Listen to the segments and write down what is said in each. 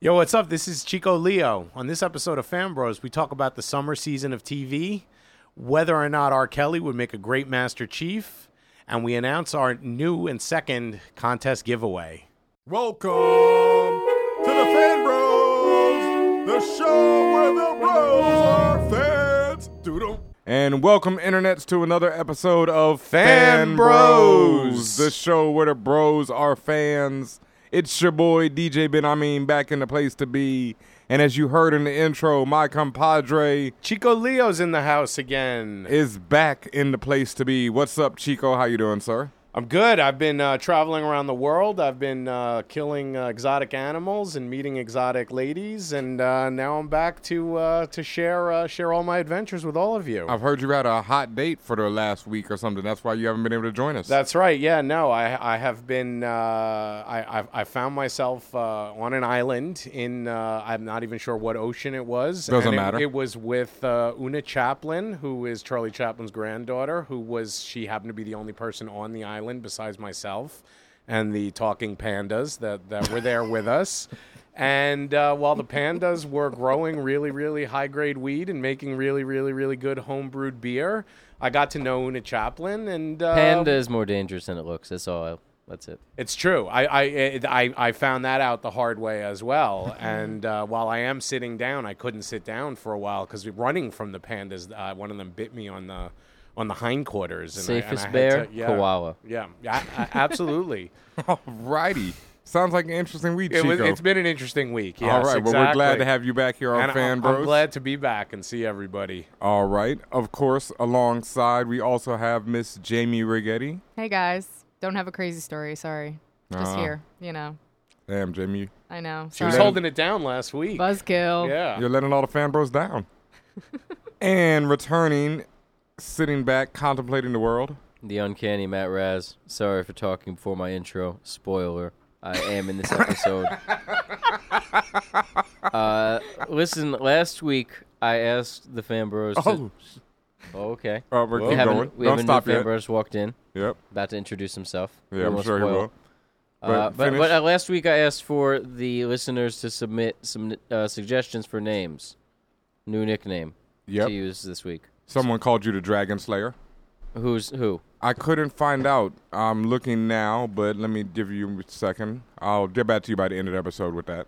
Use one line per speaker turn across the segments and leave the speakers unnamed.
Yo, what's up? This is Chico Leo. On this episode of Fan Bros, we talk about the summer season of TV, whether or not R. Kelly would make a great Master Chief, and we announce our new and second contest giveaway.
Welcome to the Fan Bros, the show where the bros are fans. Doodle. And welcome, internets, to another episode of
Fan Bros.
the show where the bros are fans. It's your boy DJ Ben. I mean, back in the place to be. And as you heard in the intro, my compadre
Chico Leo's in the house again.
is back in the place to be. What's up, Chico? How you doing, sir?
I'm good. I've been uh, traveling around the world. I've been uh, killing uh, exotic animals and meeting exotic ladies, and uh, now I'm back to uh, to share uh, share all my adventures with all of you.
I've heard you had a hot date for the last week or something. That's why you haven't been able to join us.
That's right. Yeah. No, I I have been. Uh, I I've, I found myself uh, on an island in. Uh, I'm not even sure what ocean it was.
Doesn't
and it,
matter.
It was with uh, Una Chaplin, who is Charlie Chaplin's granddaughter, who was she happened to be the only person on the island besides myself and the talking pandas that that were there with us. And uh, while the pandas were growing really, really high grade weed and making really, really, really good homebrewed beer, I got to know Una Chaplin and uh,
Panda is more dangerous than it looks. That's all. That's it.
it's true. I I, it, I I found that out the hard way as well. and uh, while I am sitting down, I couldn't sit down for a while because running from the pandas, uh, one of them bit me on the on the hindquarters. And I, and I
Safest
had
bear,
to- yeah,
koala.
Yeah, yeah, a- a- absolutely.
Alrighty. Sounds like an interesting week,
it
Chico.
was, it's been an interesting week. Yes,
All right, well, we're glad to
exactly.
have you back here on
And I-
Fan
I'm,
Bros.
I'm glad to be back and see everybody.
All right. Of course, alongside, we also have Miss Jamie Rigetti.
Hey guys, don't have a crazy story. Sorry, just
Uh-huh.
here. You know,
Damn, Jamie,
I know.
She was
Sorry.
holding it down last week.
buzzkill.
Ah.
yeah.
you're letting all the Fan Bros down. and returning, sitting back, contemplating the world.
The uncanny Matt Raz. Sorry for talking before my intro. Spoiler. I am in this episode. uh, listen, last week I asked the fan bros.
Oh,
To, oh, okay.
uh,
Well,
we're
We
keep
have,
going.
a, we
Don't
have a new
stop
fan
yet.
bros walked in,
Yep.
about to introduce himself.
Yeah, I'm
won't
sure he
spoil.
will.
Uh,
But
but
finish.
but uh, last week I asked for the listeners to submit some uh, suggestions for names, new nickname
Yep.
to use this week.
Someone called you the Dragon Slayer.
Who's who?
I couldn't find out. I'm looking now, but let me give you a second. I'll get back to you by the end of the episode with that.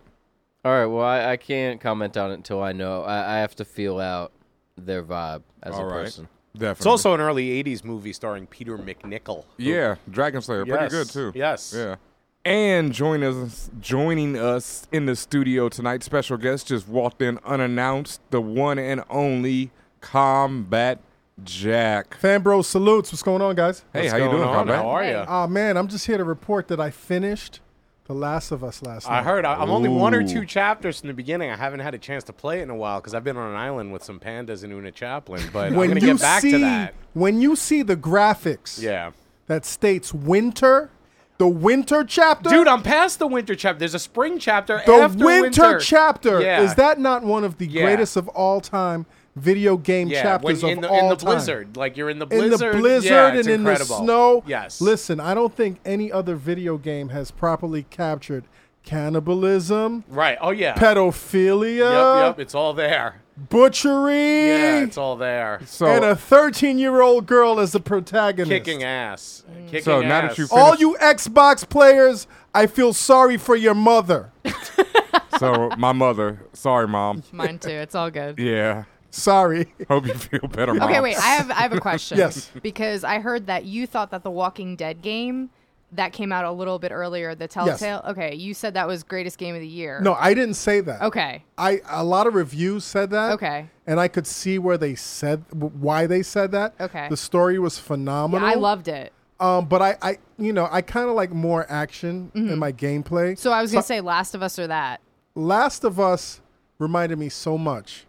All right. Well, I, I can't comment on it until I know. I, I have to feel out their vibe as
All
a
right.
person.
Definitely.
It's also an early '80s movie starring Peter McNichol.
yeah, Dragon Slayer. Pretty
Yes,
good, too.
Yes.
Yeah. And join us joining us in the studio tonight. Special guest just walked in unannounced, the one and only Combat Jack.
Fan bro salutes. What's going on, guys?
Hey,
What's
how you
going
doing,
on?
Combat?
How are
Hey.
you?
Oh man, I'm just here to report that I finished The Last of Us last night.
I heard. I- I'm only one or
Ooh.
two chapters from the beginning. I haven't had a chance to play it in a while because I've been on an island with some pandas and Una Chaplin. But I'm
when
gonna
you
get back
see
to that.
when you see the graphics
Yeah,
that states winter, the winter chapter,
dude, I'm past the winter chapter. There's a spring chapter.
the
after
winter, chapter
Yeah.
is that not one of the
Yeah.
greatest of all time video game
Yeah,
chapters
when,
of
in the,
all
in the
time?
blizzard, like you're in the
in the
blizzard,
blizzard
yeah,
and
it's
in the
incredible.
snow.
Yes,
Listen, I don't think any other video game has properly captured cannibalism,
right. Oh yeah,
pedophilia,
yep, yep. It's all there.
butchery,
Yeah, it's all there.
So,
and a 13 year old girl as the protagonist.
Kicking ass. Kicking
So
ass.
now that you-
All you Xbox players, I feel sorry for your mother.
so my mother. Sorry, mom.
mine too. It's all good.
Yeah.
Sorry.
Hope you feel better, mom.
Okay, wait. I have I have a question.
Yes.
because I heard that you thought that the Walking Dead game that came out a little bit earlier, the Telltale. Okay, you said that was greatest game of the year.
No, I didn't say that.
Okay.
I a lot of reviews said that.
Okay.
And I could see where they said w- why they said that.
Okay.
The story was
Yeah,
phenomenal.
I loved it.
Um, but I, I, you know, I kind of like more action in my gameplay.
Mm-hmm. So I was gonna say Last of Us or that.
Last of Us reminded me so much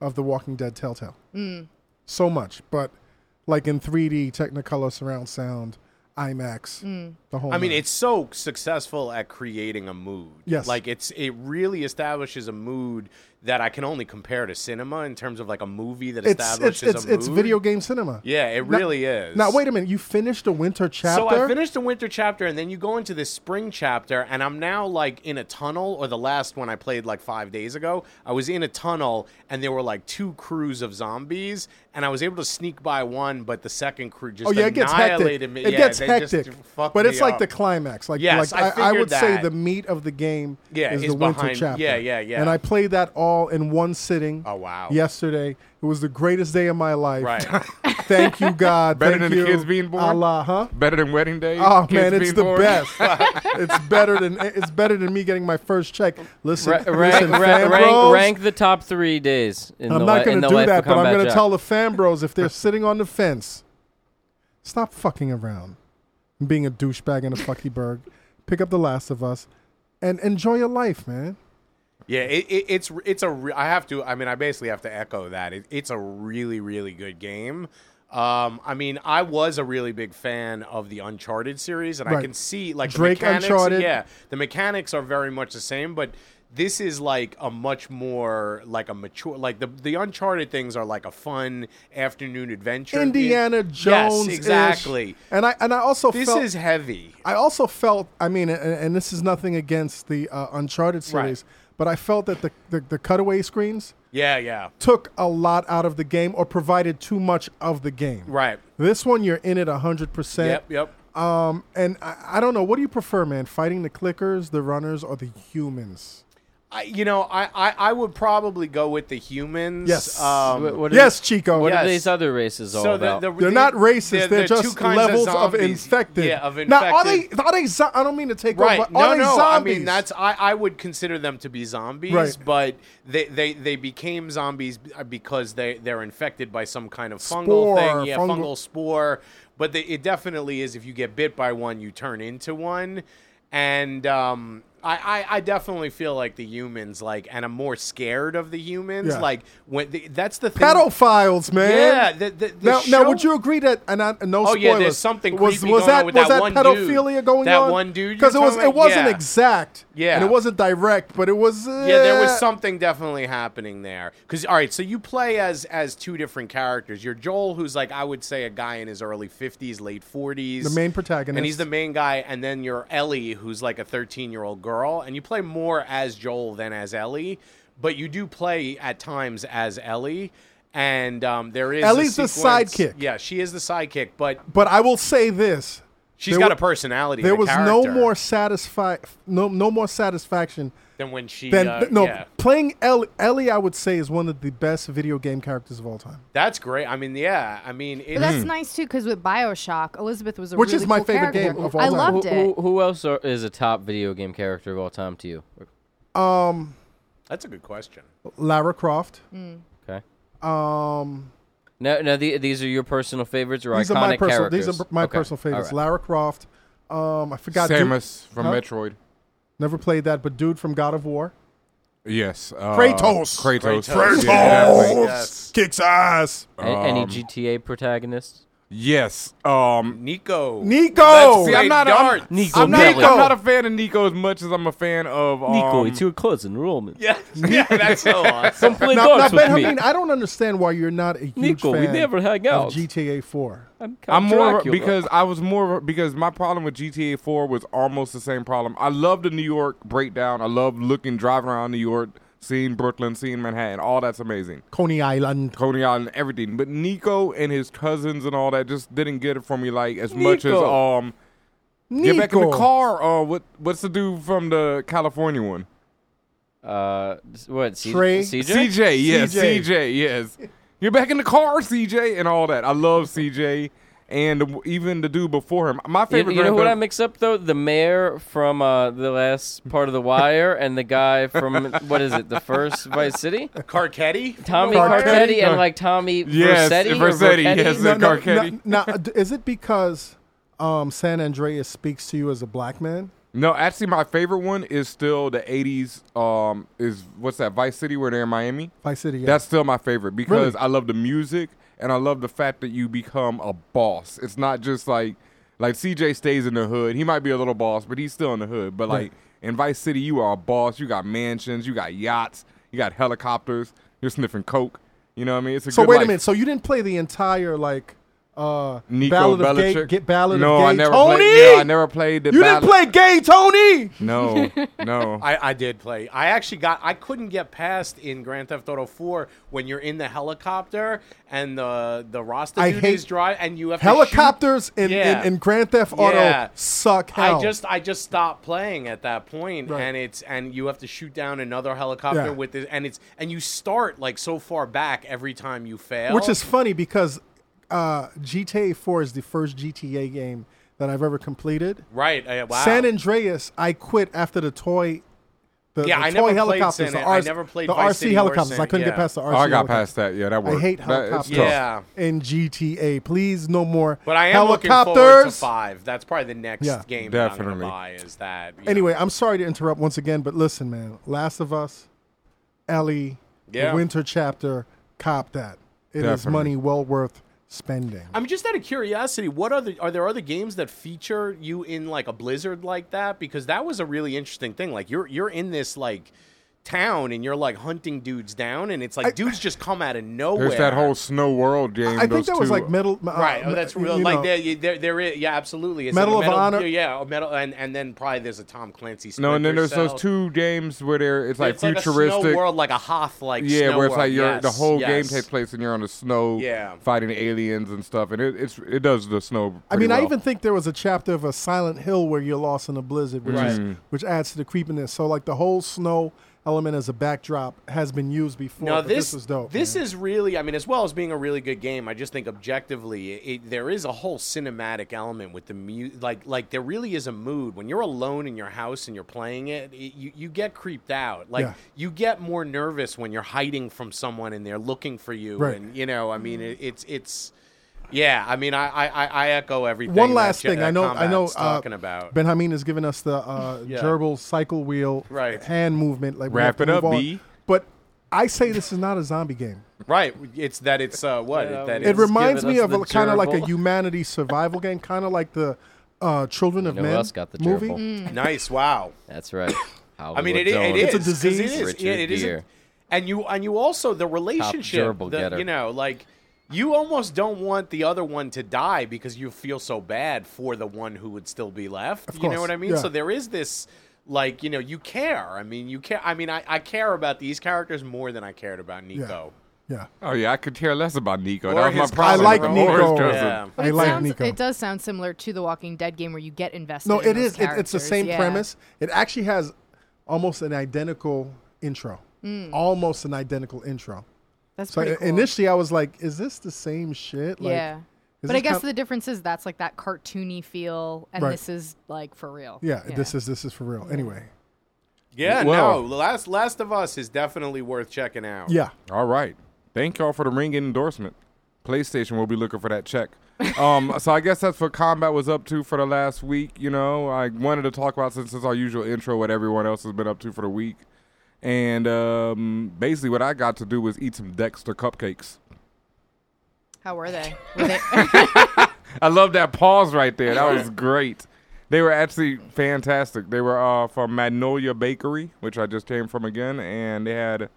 of The Walking Dead Telltale. So much, but like in 3D Technicolor surround sound. IMAX. The whole.
I mean,
nine.
it's so successful at creating a mood.
Yes.
like it's it really establishes a mood that I can only compare to cinema in terms of like a movie that
it's it's
establishes
it's,
a mood.
it's video game cinema.
Yeah, it
Now-
really is.
Now wait a minute. You finished the winter chapter.
So I finished the winter chapter, and then you go into this spring chapter, and I'm now like in a tunnel. Or the last one I played like five days ago, I was in a tunnel, and there were like two crews of zombies, and I was able to sneak by one, but the second crew just
Oh yeah, it gets
annihilated
hectic.
me.
It
yeah,
gets
they
hectic,
Just fucked
but it's
me
like the
up.
climax. Like,
Yes, I
like I,
figured
would say
that.
the meat of the game
Yeah,
is,
is
the winter
behind-
chapter.
yeah, yeah, yeah.
And I played that all in one sitting.
Oh, wow.
Yesterday, it was the greatest day of my life.
right.
Thank you, God.
Better
Thank
than the
you,
kids being born?
Allah, huh?
Better than wedding day.
Oh
kids
man, it's
being
the
born?
best. it's better than it's better than me getting my first check. Listen,
Ra-
listen,
rank, ra-
fan
rank,
bros,
rank the top three days in the
I'm not
li- in
going
the
to do
life
that,
of
but I'm
Combat
going to
Jack.
tell the fan bros if they're sitting on the fence, stop fucking around and being a douchebag and a fuckyberg. Pick up The Last of Us and enjoy your life, man.
Yeah, it, it, it's it's a. Re- I have to. I mean, I basically have to echo that. It, it's a really really good game. Um, I mean, I was a really big fan of the Uncharted series, and I
Right.
can see like
Drake
the mechanics,
Uncharted.
Yeah, the mechanics are very much the same, but this is like a much more like a mature like the the Uncharted things are like a fun afternoon adventure.
Indiana Jones,
Yes, exactly.
And I and I also
This
felt,
is heavy.
I also felt, I mean, and, and this is nothing against the uh, Uncharted series, but I felt that the, the, the cutaway screens
Yeah, yeah.
took a lot out of the game or provided too much of the game.
Right.
This one, you're in it 100%.
Yep, yep.
Um, and I, I don't know. What do you prefer, man? Fighting the clickers, the runners, or the humans?
I, you know, I, I I would probably go with the humans.
Yes.
Um,
What- what are-
yes, Chico.
What are
Yes.
these other races all about?
They're not racist. They're,
two
just
kinds
levels of,
zombies.
infected.
Yeah, of infected.
Now, are they? Are they? Zo- I don't mean to take
Right.
over.
No,
Are they
no.
zombies?
I mean, that's I, I would consider them to be zombies,
Right.
but they, they, they became zombies b- uh, because they they're infected by some kind of fungal
Spore,
thing, yeah,
fungal-
fungal, spore. But they, it definitely is if you get bit by one, you turn into one, and um, I, I I definitely feel like the humans like and I'm more scared of the humans
Yeah.
like when the, that's the thing.
pedophiles, man.
Yeah, the- the- the
now, now,
show-
would you agree that? And, I, and no
Oh,
spoilers.
yeah, there's something
was
creepy
was
going
that
on with
was
that
that,
one dude.
pedophilia going
That
on?
one dude
because it
you're
was
talking
it
about?
wasn't
Yeah.
exact. and
Yeah.
it wasn't direct, but it was. Uh,
Yeah, there was something definitely happening there. Because all right, so you play as as two different characters. You're Joel, who's like I would say a guy in his early fifties, late forties,
The main protagonist.
and he's the main guy. And then you're Ellie, who's like a thirteen year old girl, and you play more as Joel than as Ellie, but you do play at times as Ellie. And um, there is a
Ellie's the
sequence-
sidekick.
Yeah, she is the sidekick, but
But I will say this:
she's
There
got
wa-
a personality.
there
and a
was no
character
more satisfi- no no more satisfaction
than when she.
than
uh,
th- no
yeah.
playing Ellie, Ellie. I would say is one of the best video game characters of all time,
that's great. I mean, yeah, I mean, it, Hmm.
But that's nice too, because with Bioshock, Elizabeth was a
Mm-hmm. which
really
is my
cool
favorite
character.
game of all
I
time.
loved
who,
it.
who- who else are, is a top video game character of all time to you?
that's a good question.
Lara Croft.
Mm-hmm.
Okay.
Um,
Now, now the, these are your personal favorites or
these
iconic
are my personal
characters?
these are my
Okay,
personal favorites.
all right.
Lara Croft. Um, I forgot. dude-
Samus from
Huh?
Metroid.
never played that, but dude from God of War.
Yes. Uh,
Kratos.
Kratos.
Kratos.
Yeah, definitely.
Yes.
kicks ass.
A- any GTA protagonists?
Yes. Um.
Nico.
Nico.
See, I'm not.
Darts.
I'm,
Nico
I'm, not
Bellic.
I'm not a fan of Nico as much as I'm a fan of um,
your cousin Roman.
Yeah, yeah, that's so awesome.
Play
Now, now Benjamin, I don't understand why you're not a huge
Nico, we
fan
never hang out.
of GTA 4.
I'm,
I'm more of a- because I was more of a- because my problem with GTA 4 was almost the same problem. I love the New York breakdown. I love looking driving around New York, seeing Brooklyn, seeing Manhattan. All that's amazing.
Coney Island.
Coney Island, everything. But Nico and his cousins and all that just didn't get it for me like as much as
Nico.
um
Nico.
get back in the car. Uh, what what's the dude from the California one?
uh, what C-
Trey-
CJ?
CJ, yes,
CJ.
CJ, yes. You're back in the car, CJ, and all that. I love CJ, and the- even the dude before him. My
You,
favorite.
you know what
grandpa-
I mix up though? The mayor from uh, the last part of The Wire and the guy from what is it? The first Vice City?
Carcetti?
Tommy
Carcetti?
Carcetti and like Tommy
Yes,
Versetti. or
Versetti,
Vercetti?
yes.
No, no, no,
Garcetti.
no, uh, d- is it because um, San Andreas speaks to you as a black man?
No, actually, my favorite one is still the '80s. Um, is what's that Vice City where they're in Miami?
Vice City. Yeah.
That's still my favorite because
Really?
I love the music and I love the fact that you become a boss. It's not just like Like CJ stays in the hood. He might be a little boss, but he's still in the hood. But like
Right.
in Vice City, you are a boss. You got mansions. You got yachts. You got helicopters. You're sniffing coke. You know what I mean? It's a
So
good,
wait
like,
a minute. So you didn't play the entire like uh
Nico
Ballad of
Belichick.
Gay, get Ballad
no,
of
I
Gay
never
Tony.
Played, no, I never played the.
you
Ballad-
didn't play Gay Tony.
No, no. Oh,
I, I did play. I actually got. I couldn't get past in Grand Theft Auto 4 when you're in the helicopter and the the Rasta
I
dude
hate
is dry and you have to shoot-
Helicopters in,
Yeah.
in, in Grand Theft Auto
Yeah.
suck hell.
I just I just stopped playing at that point,
Right.
and it's and you have to shoot down another helicopter
Yeah.
with it, and it's and you start like so far back every time you fail,
Which is funny because uh, GTA 4 is the first GTA game that I've ever completed.
right. uh, wow.
San Andreas, I quit after the toy. The,
Yeah,
the
I
toy
never played
helicopters.
San
the
An- I
RC
never played
the
Vice
RC
City or
helicopters.
San-
I couldn't
yeah.
get past the RC.
Oh, I got
helicopters.
past that. Yeah, that
I
worked.
hate
That- it's
helicopters
tough.
Yeah.
in GTA. Please, no more.
But I am looking
helicopters.
forward to five. That's probably the next
Yeah.
game that I'm gonna
Definitely.
buy. Is that you know.
Anyway, I'm sorry to interrupt once again, but listen, man. Last of Us, Ellie,
Yeah.
the Winter Chapter, cop that. It is
Definitely.
money well worth spending.
I'm just out of curiosity. What other are there other games that feature you in like a blizzard like that? Because that was a really interesting thing. Like you're you're in this like town and you're like hunting dudes down, and it's like dudes just come out of nowhere.
There's that whole Snow World game.
I think
those
that was
two-
like middle. uh,
Right, oh, that's
you
real. Like
know.
there, there, there is, yeah, absolutely. It's
Medal
like a
of Honor.
yeah, a medal, and and then probably there's a Tom Clancy. Splinter
No, and then there's
Cell.
those two games where they're it's like
it's like a
futuristic.
snow world, like a Hoth, like
yeah,
snow
where it's
world.
like you're the
Yes,
whole game
yes.
takes place and you're on the snow,
Yeah.
fighting aliens and stuff, and it it's it does the snow.
I mean,
pretty
I
well.
even think there was a chapter of a Silent Hill where you're lost in a blizzard, which is, which adds to the creepiness. So like the whole snow element as a backdrop has been used before.
Now
but
this
this, is dope.
This is really, I mean, as well as being a really good game, I just think objectively, it, it, there is a whole cinematic element with the music. Like, like there really is a mood when you're alone in your house and you're playing it. it- you you get creeped out. Like
Yeah.
you get more nervous when you're hiding from someone and they're looking for you.
Right.
And you know, I mean, it, it's it's. Yeah, I mean, I I, I- I echo everything.
One
that
last
Ja-
thing.
uh,
I know. I
Combat's
know. Uh,
Talking about
Ben Hameen has given us the uh,
Yeah.
gerbil cycle wheel
Right.
hand movement. Like we
Wrap
have to
it up,
move on.
B.
But I say this is not a zombie game.
right. It's that it's uh what
Yeah,
that
we-
It
it's,
Just
reminds
giving
me
us
of
the
a, kind of like a
gerbil.
humanity survival game, kind of like the uh, Children of
You know who
Men
else got the
movie.
gerbil? Mm.
nice. Wow.
That's right.
I mean, it,
Howard
it
Jones.
is.
It's a
'cause
disease.
It is.
Richard
Yeah, it is.
Gere.
And you and you also the relationship.
gerbil
the-
getter.
you know, like you almost don't want the other one to die because you feel so bad for the one who would still be left. you
course,
know what I mean?
yeah.
So there is this. Like you know, you care. I mean, you care. I mean, I, I care about these characters more than I cared about Nico.
Yeah.
Oh yeah, I could care less about Nico.
Or
that was my
his
problem.
I like
with
Nico.
Orange Juice.
Yeah.
I
But it
like
sounds,
Nico.
It does sound similar to the Walking Dead game where you get invested.
No,
in
it
those
is. It, it's the
characters,
same
yeah.
premise. It actually has almost an identical intro. Almost an identical intro.
That's
So
Hmm. pretty
i-
cool.
initially, I was like, "Is this the same shit?" Like,
yeah.
is
But I
this
guess
kind-
the difference is that's like that cartoony feel, and
Right.
this is like for real.
yeah, This is this is for real. Anyway,
Yeah,
Well-
no. Last Last of Us is definitely worth checking out.
yeah.
All right. Thank y'all for the ring endorsement. PlayStation will be looking for that check. um, so I guess that's what combat was up to for the last week. You know, I wanted to talk about since it's our usual intro what everyone else has been up to for the week, and um, basically what I got to do was eat some Dexter cupcakes.
How were they? Were they
I love that pause right there. That was great. They were actually fantastic. They were uh, from Magnolia Bakery, which I just came from again, and they had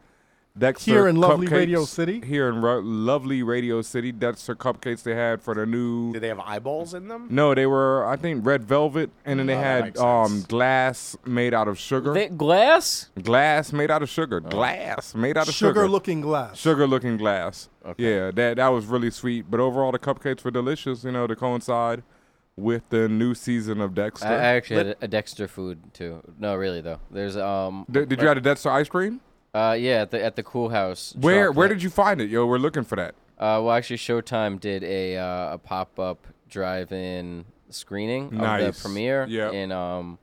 Dexter
Here in lovely
cupcakes-
Radio City?
Here in ro- lovely Radio City, Dexter cupcakes they had for the new.
Do they have eyeballs in them?
No, they were I think red velvet, and then they
Oh, that
had
makes
um,
sense.
glass made out of sugar.
They- glass?
glass made out of sugar. Glass made out of sugar.
Sugar looking glass.
Sugar looking glass. Yeah, that that was really sweet. But overall, the cupcakes were delicious. You know, to coincide with the new season of Dexter.
I, I actually had a Dexter food too. No, really though. There's um.
Did- did you have the Dexter ice cream?
Uh, yeah, at the at the Cool House.
Where
shop.
where did you find it, yo? We're looking for that.
Uh, well, actually, Showtime did a uh, a pop up drive in screening of
Nice.
the premiere
Yep.
in um,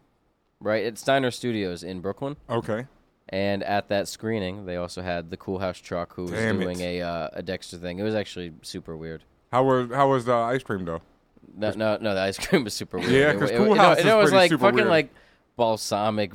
right at Steiner Studios in Brooklyn.
Okay.
And at that screening, they also had the Cool House truck who was
Damn it.
doing a uh, a Dexter thing. It was actually super weird.
How was how was the ice cream though?
No, no, no. The ice cream was super weird.
Yeah,
It-
'cause
it-
Cool
you know,
House
and
is
it was
pretty
like
super
fucking
weird.
like balsamic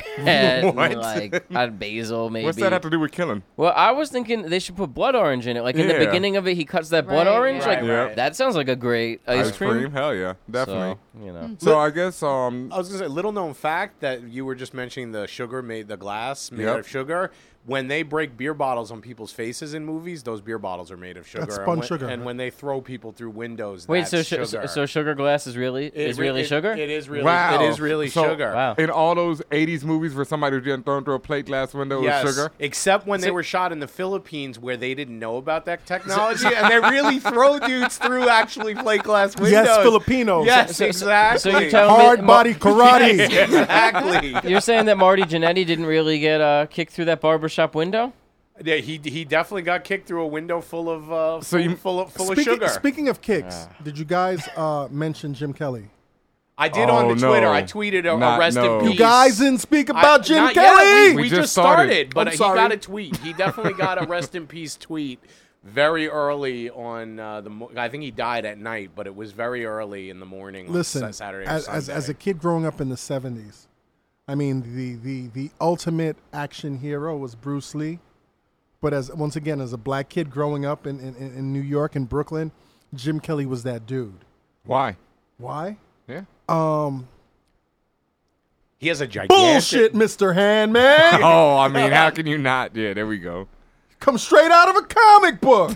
vinaigrette,
What?
and like uh, basil maybe.
What's that have to do with killing?
Well, I was thinking they should put blood orange in it. Like in the
Yeah.
beginning of it, he cuts that blood
Right,
orange.
right,
like
right.
that sounds like a great ice,
Ice cream? Hell yeah, definitely.
So, you
Hmm.
know,
So, I guess um
I was gonna say, little known fact that you were just mentioning the sugar made the glass made
Yep.
out of sugar. When they break beer bottles on people's faces in movies, those beer bottles are made of sugar.
That's
And
spun
when-
sugar.
And when they throw people through windows,
wait,
that's
so, su-
sugar.
so so sugar glass is really
It
is
re-
really
it-
sugar?
It is really.
Wow.
It is really
So-
sugar.
Wow.
in all those '80s movies where somebody was getting thrown through a plate glass window
Yes,
with sugar.
except when they were shot in the Philippines, where they didn't know about that technology, and they really throw dudes through actually plate glass windows.
Yes, Filipinos.
Yes,
So- so-
exactly.
So you're telling me
Hard
that
body karate.
exactly.
Mar- you're saying that Marty Jannetty didn't really get uh, kicked through that barbershop window?
Yeah, he he definitely got kicked through a window full of uh,
So
full,
you-
full of full
speaking,
of sugar. Ah.
speaking of kicks, did you guys uh, mention Jim Kelly?
I did on
Oh,
the
no.
Twitter. I tweeted a,
Not
a rest
no.
in
You
peace.
You guys didn't speak
I-
about Jim
not yet. we,
Kelly.
we
We
just,
just
started,
started.
but
I'm
he
sorry.
got a tweet. He definitely got a rest in peace tweet very early on uh, the. Mo- I think he died at night, but it was very early in the morning.
Listen,
on Sa- Saturday or
as, as, as
Sunday.
a kid growing up in the 70s, I mean, the, the, the ultimate action hero was Bruce Lee. But as once again, as a black kid growing up in, in, in in New York and Brooklyn, Jim Kelly was that dude.
Why?
Why?
Yeah.
Um,
he has a gigantic
bullshit, Mr. Handman.
Oh, I mean, how can you not? Yeah, there we go.
Come straight out of a comic book.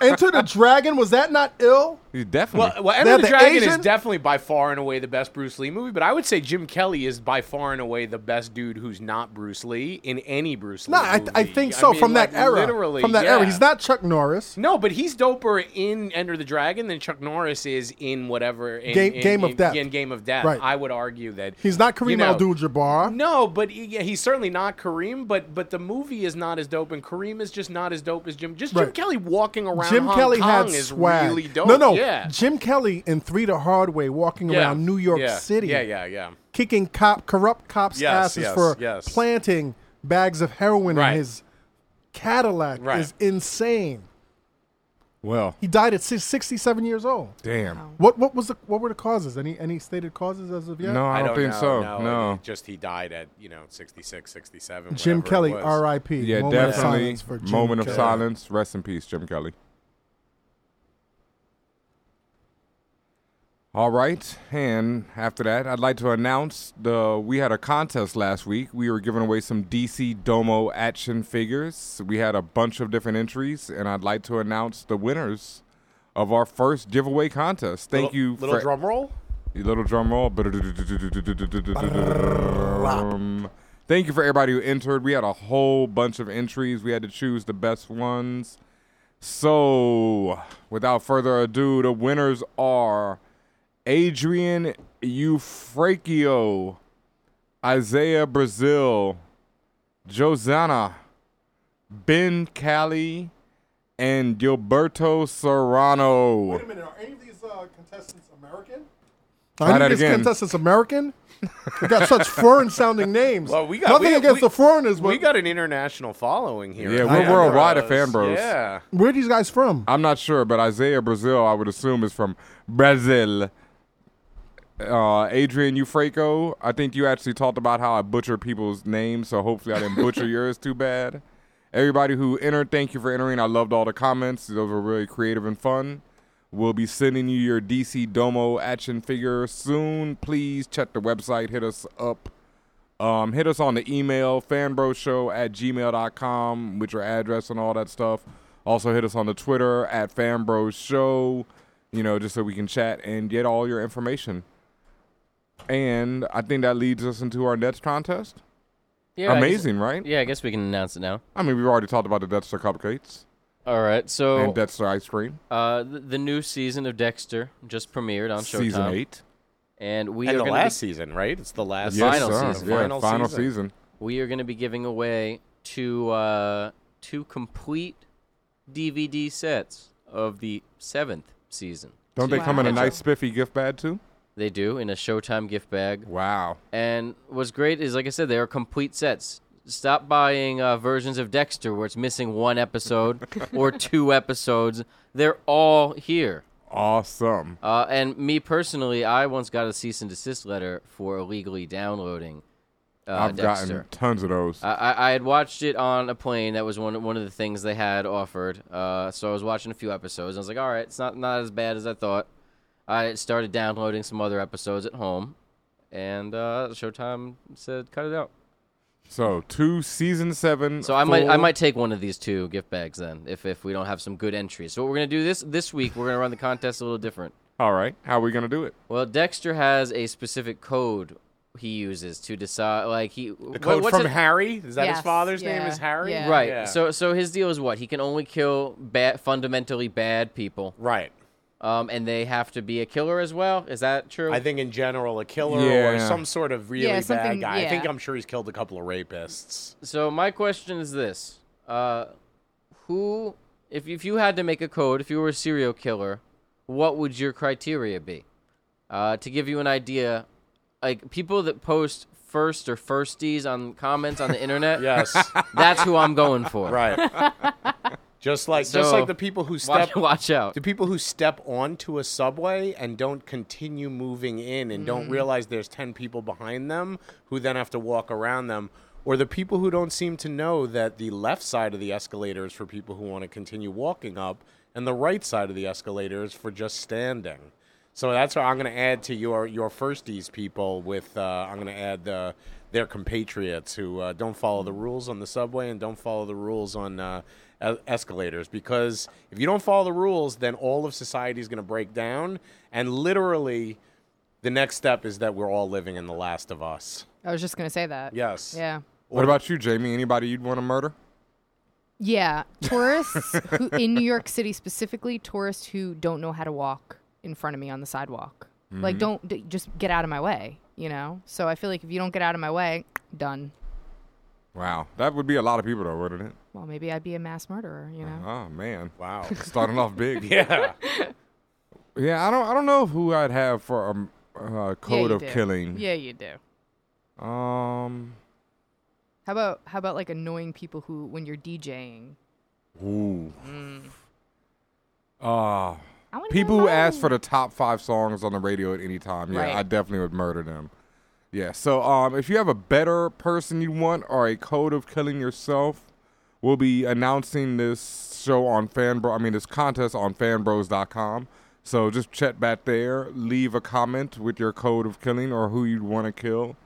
Enter the Dragon. Was that not ill?
He's definitely.
Well, well Enter the,
the
Dragon
Asian?
is definitely by far and away the best Bruce Lee movie, but I would say Jim Kelly is by far and away the best dude who's not Bruce Lee in any Bruce Lee
No, I,
movie.
I think so.
mean,
from
like,
that era,
literally,
from that
yeah.
era, he's not Chuck Norris.
No, but he's doper in Enter the Dragon than Chuck Norris is in whatever in,
Game-
in-
Game of
in-
Death.
In Game of Death,
Right.
I would argue that
He's not Kareem
you know,
Abdul-Jabbar.
No, but he, yeah, he's certainly not Kareem. But but the movie is not as dope, and Kareem is just not as dope as Jim. Just Jim
Right.
Kelly walking around
Jim
Hong
Kelly
Kong
had
is
swag.
really dope.
No, no.
yeah,
Jim Kelly in Three to Hard Way walking
Yeah.
around New York
Yeah.
City,
Yeah, yeah, yeah.
kicking cop corrupt cops'
Yes,
asses
yes,
for
yes.
planting bags of heroin
Right.
in his Cadillac
Right.
is insane.
well,
He died at si- 67 years old.
damn.
What what was the what were the causes? Any any stated causes as of yet?
No, I, don't, think
know,
so.
No,
No.
it- just he died at you know 66, 67. whatever
Jim
it
Kelly,
was.
R.I.P.
Yeah,
Moment Of
definitely.
silence for Jim
Moment of
Kelly.
silence. Rest in peace, Jim Kelly. All right, and after that, I'd like to announce the we had a contest last week. We were giving away some DC Domo action figures. We had a bunch of different entries, and I'd like to announce the winners of our first giveaway contest. Thank
Little-
you,
Little
for-
drum roll.
a little drum roll. Thank you for everybody who entered. We had a whole bunch of entries. We had to choose the best ones. So, without further ado, the winners are Adrian Eufrakio, Isaiah Brazil, Josanna, Ben Cali, and Gilberto Serrano.
a minute. Are any of these uh, contestants American?
Try
Are any
that
of these
again.
contestants American? They got such foreign-sounding names.
Well, we got-
nothing
we-
against
we-
the foreigners, but
We got an international following here.
Yeah,
at
we're
Fan
worldwide at
Bros.
Fan Bros.
Yeah.
where are these guys from?
I'm not sure, but Isaiah Brazil, I would assume, is from Brazil. Uh, Adrian Eufraco, I think you actually talked about how I butcher people's names, so hopefully I didn't butcher yours too bad. Everybody who entered, thank you for entering. I loved all the comments, those were really creative and fun. We'll be sending you your DC Domo action figure soon. Please check the website, hit us up. Um, hit us on the email, fanbroshow at gmail.com with your address and all that stuff. Also, hit us on the Twitter at fanbroshow, you know, just so we can chat and get all your information. And I think that leads us into our Dutch contest.
Yeah, I guess-
Amazing, right?
yeah, I guess we can announce it now.
I mean, we've already talked about the Dutchler cupcakes
All right, so
and Dutchler ice cream,
uh, the, the new season of Dexter just premiered on Showtime,
season eight.
and we
And
are
the
gonna be-
last season, right? It's the last
Yes, Final
season.
sir.
The
season.
Yeah,
Final, season.
we are going to be giving away two uh, two complete DVD sets of the seventh season.
Don't they come in a
Wow.
nice spiffy gift bag too?
They do in a Showtime gift bag.
Wow.
And what's great is, like I said, they are complete sets. Stop buying uh, versions of Dexter where it's missing one episode or two episodes. They're all here.
awesome.
Uh, and me personally, I once got a cease and desist letter for illegally downloading uh,
I've
Dexter.
gotten tons of those.
I- I, I had watched it on a plane. That was one one of the things they had offered. Uh, so I was watching a few episodes. I was like, all right, it's not not as bad as I thought. I started downloading some other episodes at home, and uh, Showtime said cut it out.
so two season seven.
So I might I
full-
might take one of these two gift bags then if if we don't have some good entries. So what we're gonna do this this week we're gonna run the contest a little different.
All right, how are we gonna do it?
Well, Dexter has a specific code he uses to decide like he
The code
what's
from
it-
Harry? Is that his
Yes,
father's name
yeah,
is Harry?
yeah.
Right.
Yeah.
So so his deal is what? He can only kill bad, fundamentally bad people.
right.
Um, and they have to be a killer as well. Is that true?
I think in general a killer or
Yeah.
some sort of really
Yeah,
bad
something-
guy. I think
yeah.
I'm sure he's killed a couple of rapists.
so my question is this. Uh, who if if you had to make a code, if you were a serial killer, what would your criteria be? Uh, to give you an idea, like people that post first or firsties on comments on the internet,
Yes.
that's who I'm going for.
right. Just like just
So-
like the people who step
Watch, watch out.
the people who step onto a subway and don't continue moving in and don't realize there's 10 people behind them who then have to walk around them or the people who don't seem to know that the left side of the escalator is for people who want to continue walking up and the right side of the escalator is for just standing so that's what i'm going to add to your your firsties people with uh, i'm going to add uh, their compatriots who uh, don't follow the rules on the subway and don't follow the rules on uh, es- escalators because if you don't follow the rules, then all of society is going to break down. And literally, the next step is that we're all living in The Last of Us.
I was just gonna say that.
Yes.
Yeah.
What about you, Jamie? Anybody you'd want to murder?
Yeah. Tourists who, in New York City specifically, tourists who don't know how to walk in front of me on the sidewalk. Like, don't d- just get out of my way. You know. So I feel like if you don't get out of my way, done.
Wow, that would be a lot of people, though, wouldn't it?
Well, maybe I'd be a mass murderer. You know.
Oh man,
Wow.
starting off big.
yeah.
Yeah, I don't. I don't know who I'd have for um, uh,
Yeah,
code
you
of
do.
killing.
Yeah, you do.
Um.
How about how about like annoying people who when you're DJing?
Ooh.
Mm.
Ah.
I wanna
people
go
who
home.
ask for the top five songs on the radio at any time, yeah,
Right.
I definitely would murder them. Yeah. So, um, if you have a better person you want or a code of killing yourself, we'll be announcing this show on Fanbro. I mean, this contest on Fanbros.com. So just check back there. Leave a comment with your code of killing or who you'd want to kill.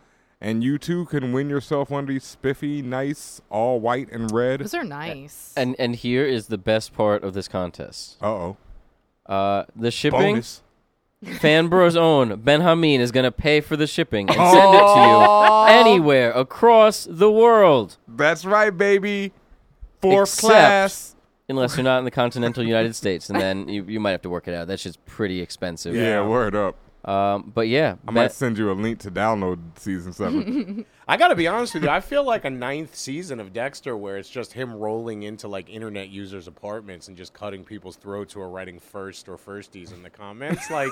And you too can win yourself one of these spiffy, nice, all white and red.
Those are nice.
And and here is the best part of this contest.
Uh oh.
Uh, the shipping.
Bonus.
Fanbro's own Ben Hameen is gonna pay for the shipping and send it to you anywhere across the world,
That's right, baby. Fourth
Except-
class.
unless you're not in the continental United States, and then you, you might have to work it out. That shit's pretty expensive.
Yeah, word up.
Um, but yeah,
I
Ben-
might send you a link to download season seven.
I got to be honest with you. I feel like a ninth season of Dexter where it's just him rolling into like internet users' apartments and just cutting people's throats who are writing first or firsties in the comments. Like,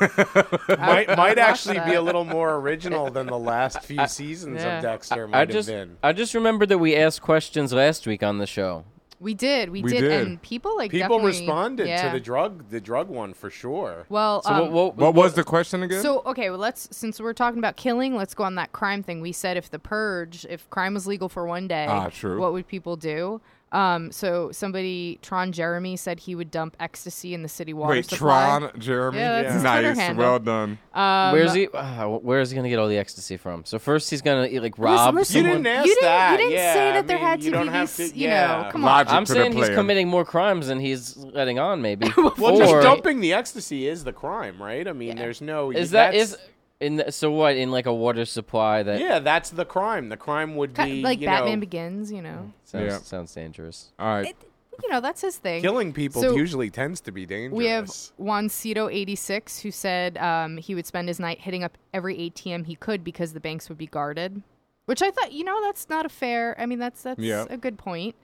might, might actually be a little more original than the last few seasons
Yeah.
of Dexter might
I
have
just
been.
I just remembered that we asked questions last week on the show.
we did, we,
We
did,
did.
and people like
People
definitely-
responded
yeah.
to the drug, the drug one for sure.
Well,
So
um,
what, what,
what was the question again?
So okay, well let's since we're talking about killing, let's go on that crime thing. We said if the purge, if crime was legal for one day,
Ah, true.
what would people do? Um, so somebody Tron Jeremy said he would dump ecstasy in the city water
Wait,
supply. Um,
Tron, Jeremy.
Yeah, that's his Twitter
nice.
handle.
Well done.
where's he? Uh, where is he gonna get all the ecstasy from? So first he's gonna eh, like rob.
Listen, listen,
You didn't ask
you didn't,
that.
You didn't
Yeah,
say
I
that there
mean,
had to
you don't
be
have
these.
to-
you
yeah.
know, come
Logic.
on.
I'm
to the
saying he's
plan.
committing more crimes than he's letting on. Maybe.
Well, just
Or-
dumping the ecstasy is the crime, right? I mean, there's no
Is that
that's-
is in the, so what in like a water supply that
yeah, that's the crime. The crime would
Kind
be
of like
you
Batman
know,
Begins, you know.
sounds,
Yeah.
sounds dangerous.
All right.
You know that's his thing.
killing people
So-
usually tends to be dangerous.
We have Juancito86 who said um, he would spend his night hitting up every ATM he could because the banks would be guarded. Which I thought, you know, that's not a fair. I mean, that's that's
Yeah.
a good point.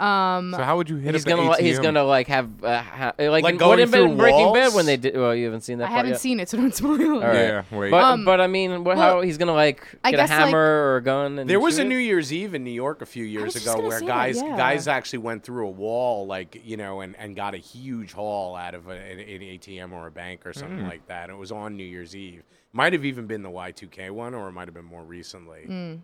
Um,
So how would you hit
He's
up the
gonna, li- he's
ATM?
gonna like have uh, ha- like,
Like
in-
going
what in
through
in Breaking Bad
walls?
when they did. Well, you haven't seen that.
I
part
haven't
yet.
seen it, so don't spoil it.
All right.
Yeah, wait.
But
Um,
but I mean, what,
well,
how he's gonna like
I
get a
guess, like-
hammer or a gun? And
There was a
shoot
New
it?
Year's Eve in New York a few
was
years
just
ago
gonna
where
say that,
guys
yeah.
guys actually went through a wall, like you know, and, and got a huge haul out of a, an, an ATM or a bank or something
Mm.
like that. It was on New Year's Eve. Might have even been the Y2K one, or it might have been more recently.
Mm.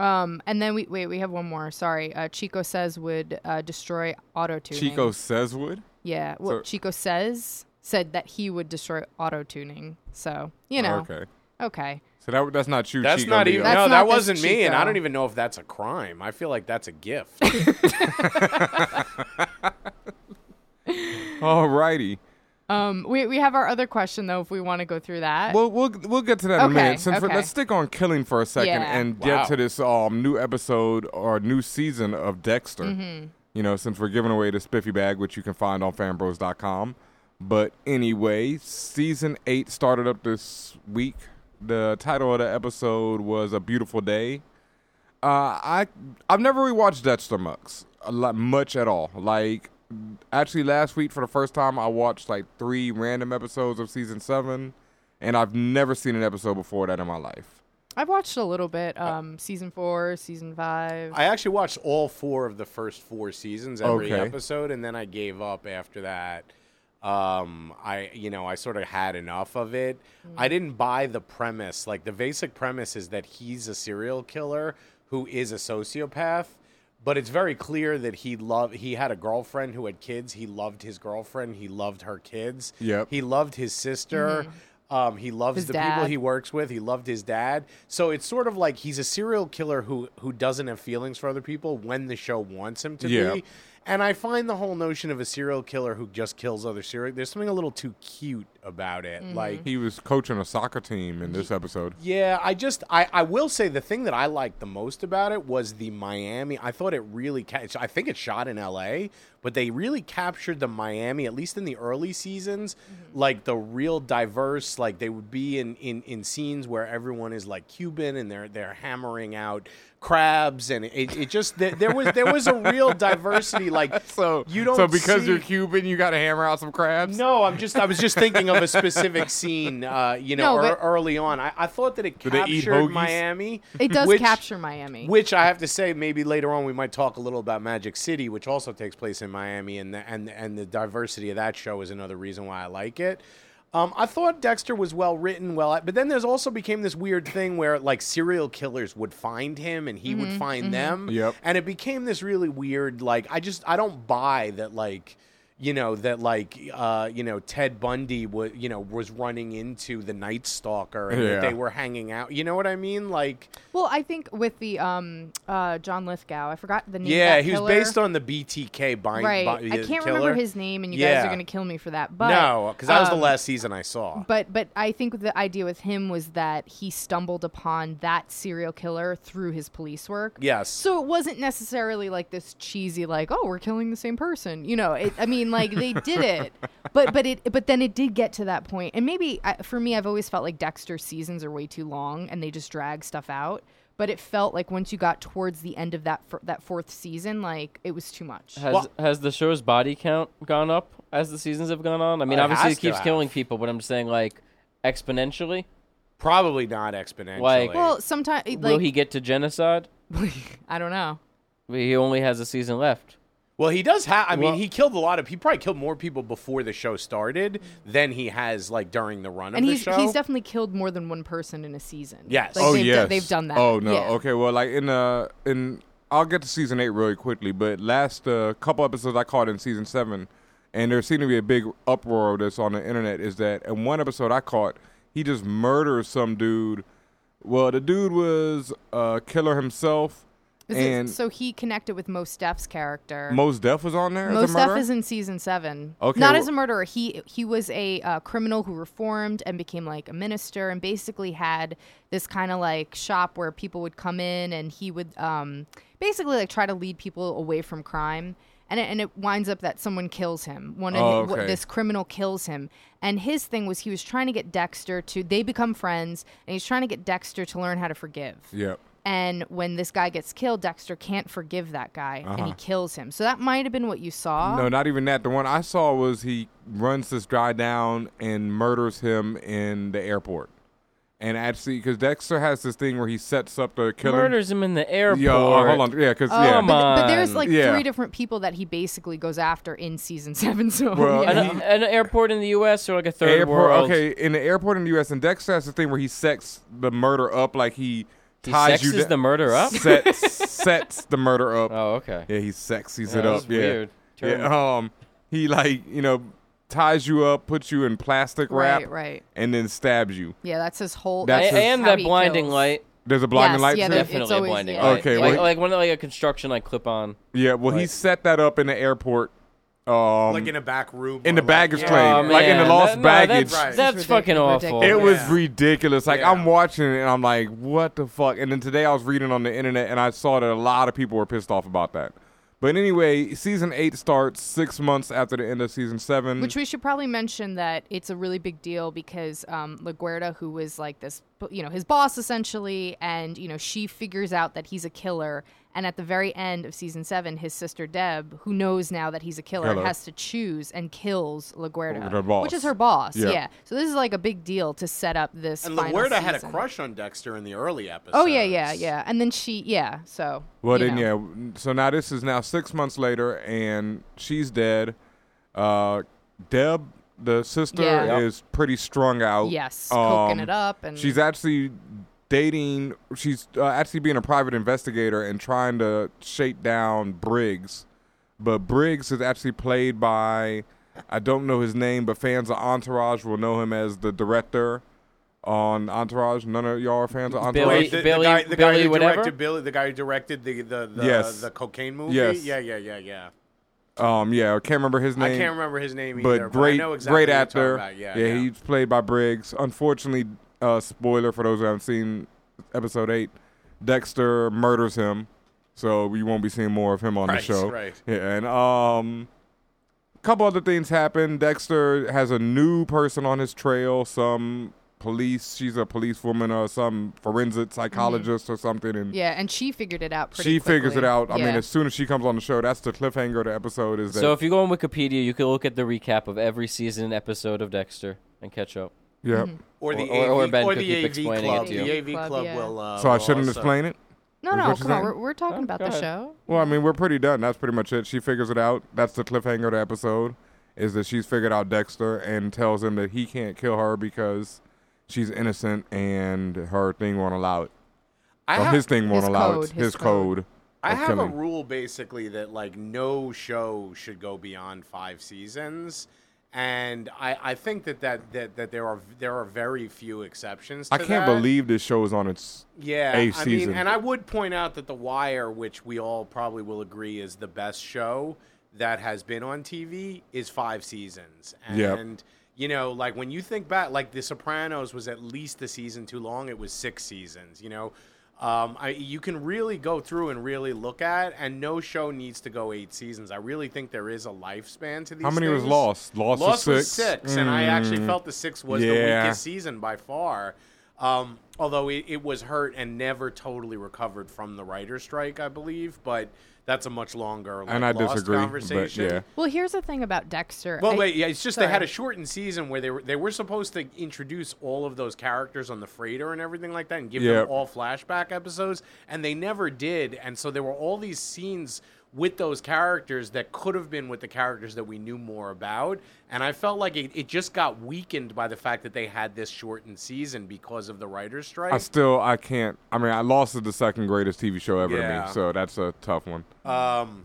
Um, and then we wait. We have one more. Sorry, uh, Chico says would uh, destroy auto tuning.
Chico says would.
yeah. What
so-
Chico says said that he would destroy auto tuning. So you know, okay.
Oh, Okay. So that that's not you.
That's
Chico
not
Leo.
even.
That's
no, that
not this
wasn't me, and I
Chico.
don't even know if that's a crime. I feel like that's a gift.
Alrighty.
Um, we we have our other question though. If we want to go through that,
Well, we'll we'll get to that in
Okay,
a minute. Since we're-
okay.
let's stick on killing for a second
Yeah.
and
Wow.
get to this um new episode or new season of Dexter. You know, since we're giving away the spiffy bag, which you can find on fanbros.com. But anyway, season eight started up this week. The title of the episode was "A Beautiful Day." Uh, I I've never really watched Dexter Mux a lot much at all. Like actually last week for the first time I watched like three random episodes of season seven, and I've never seen an episode before that in my life.
I've watched a little bit. Um, season four, season five.
I actually watched all four of the first four seasons every
Okay.
episode, and then I gave up after that. Um, I you know I sort of had enough of it.
Mm.
I didn't buy the premise. Like the basic premise is that he's a serial killer who is a sociopath, but it's very clear that he loved he had a girlfriend who had kids. He loved his girlfriend. He loved her kids.
Yep.
He loved his sister. Um, he loves
Mm-hmm. His
the people
dad.
he works with. He loved his dad. So it's sort of like he's a serial killer who who doesn't have feelings for other people when the show wants him to
Yeah.
be. And I find the whole notion of a serial killer who just kills other serial there's something a little too cute about it. Like
He was coaching a soccer team in this episode.
yeah, I just I, I will say the thing that I liked the most about it was the Miami. I thought it really ca- I think it shot in L.A., but they really captured the Miami at least in the early seasons,
Mm-hmm.
like the real diverse. Like they would be in in in scenes where everyone is like Cuban and they're they're hammering out crabs and it, it just there, there was there was a real diversity. Like
So
you don't
so because
see-
you're Cuban, you got to hammer out some crabs.
no, I'm just. I was just thinking of a specific scene. Uh, you know,
No,
ear-
but-
early on, I, I thought that it
they eat
captured
hoagies?
Miami.
it does
which-
capture Miami.
Which I have to say, maybe later on we might talk a little about Magic City, which also takes place in Miami, and the, and and the diversity of that show is another reason why I like it. Um, I thought Dexter was well written, well, but then there's also became this weird thing where like serial killers would find him and he would find them,
Yep.
and it became this really weird. Like I just I don't buy that like. You know that, like, uh, you know, Ted Bundy was, you know, was running into the Night Stalker, and that
Yeah.
they were hanging out. You know what I mean? Like,
Well, I think with the um uh John Lithgow, I forgot the name.
Yeah,
of that
he was
killer.
based on the BTK bind.
Right,
bi-
I
uh,
can't
killer.
remember his name, and you guys
Yeah.
are gonna kill me for that. But
no, because that was the
um,
last season I saw.
But but I think the idea with him was that he stumbled upon that serial killer through his police work.
Yes.
So it wasn't necessarily like this cheesy like oh we're killing the same person. You know, it, I mean like they did it. But but it but then it did get to that point. And maybe I, for me I've always felt like Dexter seasons are way too long and they just drag stuff out. But it felt like once you got towards the end of that fir- that fourth season, like it was too much.
Has
Well-
has the show's body count gone up as the seasons have gone on? I mean,
It
obviously
has
it
to
keeps
have.
killing people, but I'm just saying like exponentially.
Probably not exponentially.
Like-
Well, sometimes
Will
like
he get to genocide?
I don't know.
He only has a season left.
Well, he does have. I
Well-
mean, he killed a lot of. He probably killed more people before the show started than he has like during the run
and
of
he's
the show.
he's definitely killed more than one person in a season.
Yes.
like
oh
they've,
yes,
done, they've done that.
Oh no,
Yeah.
okay. Well, like in uh in I'll get to season eight really quickly, but last uh, couple episodes I caught in season seven, and there seemed to be a big uproar of this on the internet. Is that in one episode I caught, he just murders some dude. Well, the dude was a killer himself,
Is it-
and
so he connected with Most Def's character.
Most Def was on there.
Most
as a murderer?
Def is in season seven.
Okay,
not
well-
as a murderer. He he was a uh, criminal who reformed and became like a minister and basically had this kind of like shop where people would come in and he would um basically like try to lead people away from crime. And it, and it winds up that someone kills him. One of
Oh,
hi- wh-
okay.
this criminal kills him. And his thing was he was trying to get Dexter to. They become friends, and he's trying to get Dexter to learn how to forgive.
Yep.
And when this guy gets killed, Dexter can't forgive that guy and he kills him. So that might have been what you saw.
Uh-huh. No, not even that. The one I saw was he runs this guy down and murders him in the airport. And actually, because Dexter has this thing where he sets up the killer.
Murders him in the airport.
Yo, oh, hold on. Yeah, because
Oh,
yeah.
but, th- but there's
on.
like
Yeah.
three different people that he basically goes after in season seven. So
Well,
you
and
know.
An, an airport in the U.S. or like a third
airport.
world.
Okay, in the airport in the U.S. and Dexter has the thing where he sets the murder up, like he
He
ties you
sexes
da-
the murder up?
Sets sets the murder up.
Oh, okay.
Yeah, he sexies
Yeah,
it
that
up.
was
yeah.
weird term.
Yeah. Um, he like you know ties you up, puts you in plastic wrap,
Right, right.
and then stabs you.
Yeah, that's his whole.
That's
A-
his-
and
how
that
he
blinding
kills.
light.
There's a blinding
Yes,
light.
yeah,
to
there-
it?
it's
Definitely
always-
blinding
yeah.
light.
Okay,
like,
well-
like one of like a construction like clip on.
yeah. Well, he
Like-
set that up in the airport. Um,
like in a back room.
in
or
the
like-
baggage
Yeah.
claim,
Oh,
like in the
man.
lost
That- no,
baggage.
Right.
That's, that's
It's
fucking
ridiculous.
awful.
Ridiculous.
It was
Yeah.
ridiculous. Like
Yeah.
I'm watching it and I'm like, what the fuck? And then today I was reading on the internet and I saw that a lot of people were pissed off about that. But anyway, season eight starts six months after the end of season seven.
Which we should probably mention that it's a really big deal because um, LaGuardia, who was like this, you know, his boss essentially, and, you know, she figures out that he's a killer. And at the very end of season seven, his sister Deb, who knows now that he's a killer,
Killer.
has to choose and kills LaGuardia,
Her boss.
which is her boss.
Yeah.
Yeah. So this is like a big deal to set up this.
And
final
LaGuardia had a
season.
crush on Dexter in the early episodes.
Oh, yeah, yeah, yeah. And then she, yeah, so.
well,
you
then
know.
yeah. So now this is now six months later and she's dead. Uh, Deb, the sister,
Yeah. Yep.
is pretty strung out.
Yes,
Um,
coking it up. and
She's actually dating. She's uh, actually being a private investigator and trying to shake down Briggs, but Briggs is actually played by I don't know his name, but fans of Entourage will know him as the director on Entourage. None of y'all are fans of Entourage.
Wait, the,
Billy-
the guy, the guy
Billy
who
whatever?
directed Billy, the guy who directed the the the,
Yes.
the cocaine movie.
Yes.
Yeah, yeah, yeah, yeah.
Um, yeah, I can't remember his name.
I can't remember his name
but
either.
great,
but I know exactly
great
who you're
actor.
talking about.
yeah, he's played by Briggs. Unfortunately, uh, spoiler for those who haven't seen episode eight, Dexter murders him, so we won't be seeing more of him on the
Right,
show.
right.
Yeah, and um, a couple other things happen. Dexter has a new person on his trail. Some police. She's a policewoman or some forensic
Mm-hmm.
psychologist or something. And
Yeah, and she figured it out pretty
she figures it
quickly.
out. I mean,
Yeah.
as soon as she comes on the show, that's the cliffhanger of the episode. Is that
So if you go on Wikipedia, you can look at the recap of every season and episode of Dexter and catch up.
yeah.
Mm-hmm.
Or the
Or- or- or
AV,
Ben
or
could
the
keep
AV
explaining it
club.
to you.
The AV
Club,
club,
yeah.
will. Uh,
So I
will
shouldn't
also-
explain it.
No,
Is
no,
what you're
come on.
saying?
We're, we're talking about
go
the
ahead.
show.
Well, I mean, we're pretty done. That's pretty much it. She figures it out. That's the cliffhanger of the episode, is that she's figured out Dexter and tells him that he can't kill her because she's innocent and her thing won't allow it.
I
Or
have,
Oh, his thing won't
His
allow
code,
it.
his
His code.
I
of
have
killing.
a rule basically that like no show should go beyond five seasons, and I, I think that, that that that there are there are very few exceptions. To
I
that.
can't believe this show is on its.
Yeah,
eighth
I
season.
mean, and I would point out that The Wire, which we all probably will agree is the best show that has been on TV, is five seasons. And
Yep.
you know, like when you think back, like The Sopranos was at least a season too long. It was six seasons. You know, um, I, you can really go through and really look at, and no show needs to go eight seasons. I really think there is a lifespan to these.
How many was
things.
Lost? Lost, was
Lost
six.
was six, and I actually
Mm.
felt the six was
Yeah.
the weakest season by far. Um, although it, it was hurt and never totally recovered from the writer's strike, I believe. But that's a much longer like,
And I
Lost
disagree, but
conversation.
yeah.
Well, here's the thing about Dexter.
Well,
I-
wait, yeah, it's just they had
sorry.
a shortened season where they were they were supposed to introduce all of those characters on the freighter and everything like that, and give
Yeah.
them all flashback episodes, and they never did, and so there were all these scenes with those characters that could have been with the characters that we knew more about, and I felt like it, it just got weakened by the fact that they had this shortened season because of the writers' strike.
I still, I can't. I mean, I Lost is the second greatest TV show ever to
Yeah.
me, so that's a tough one.
Um,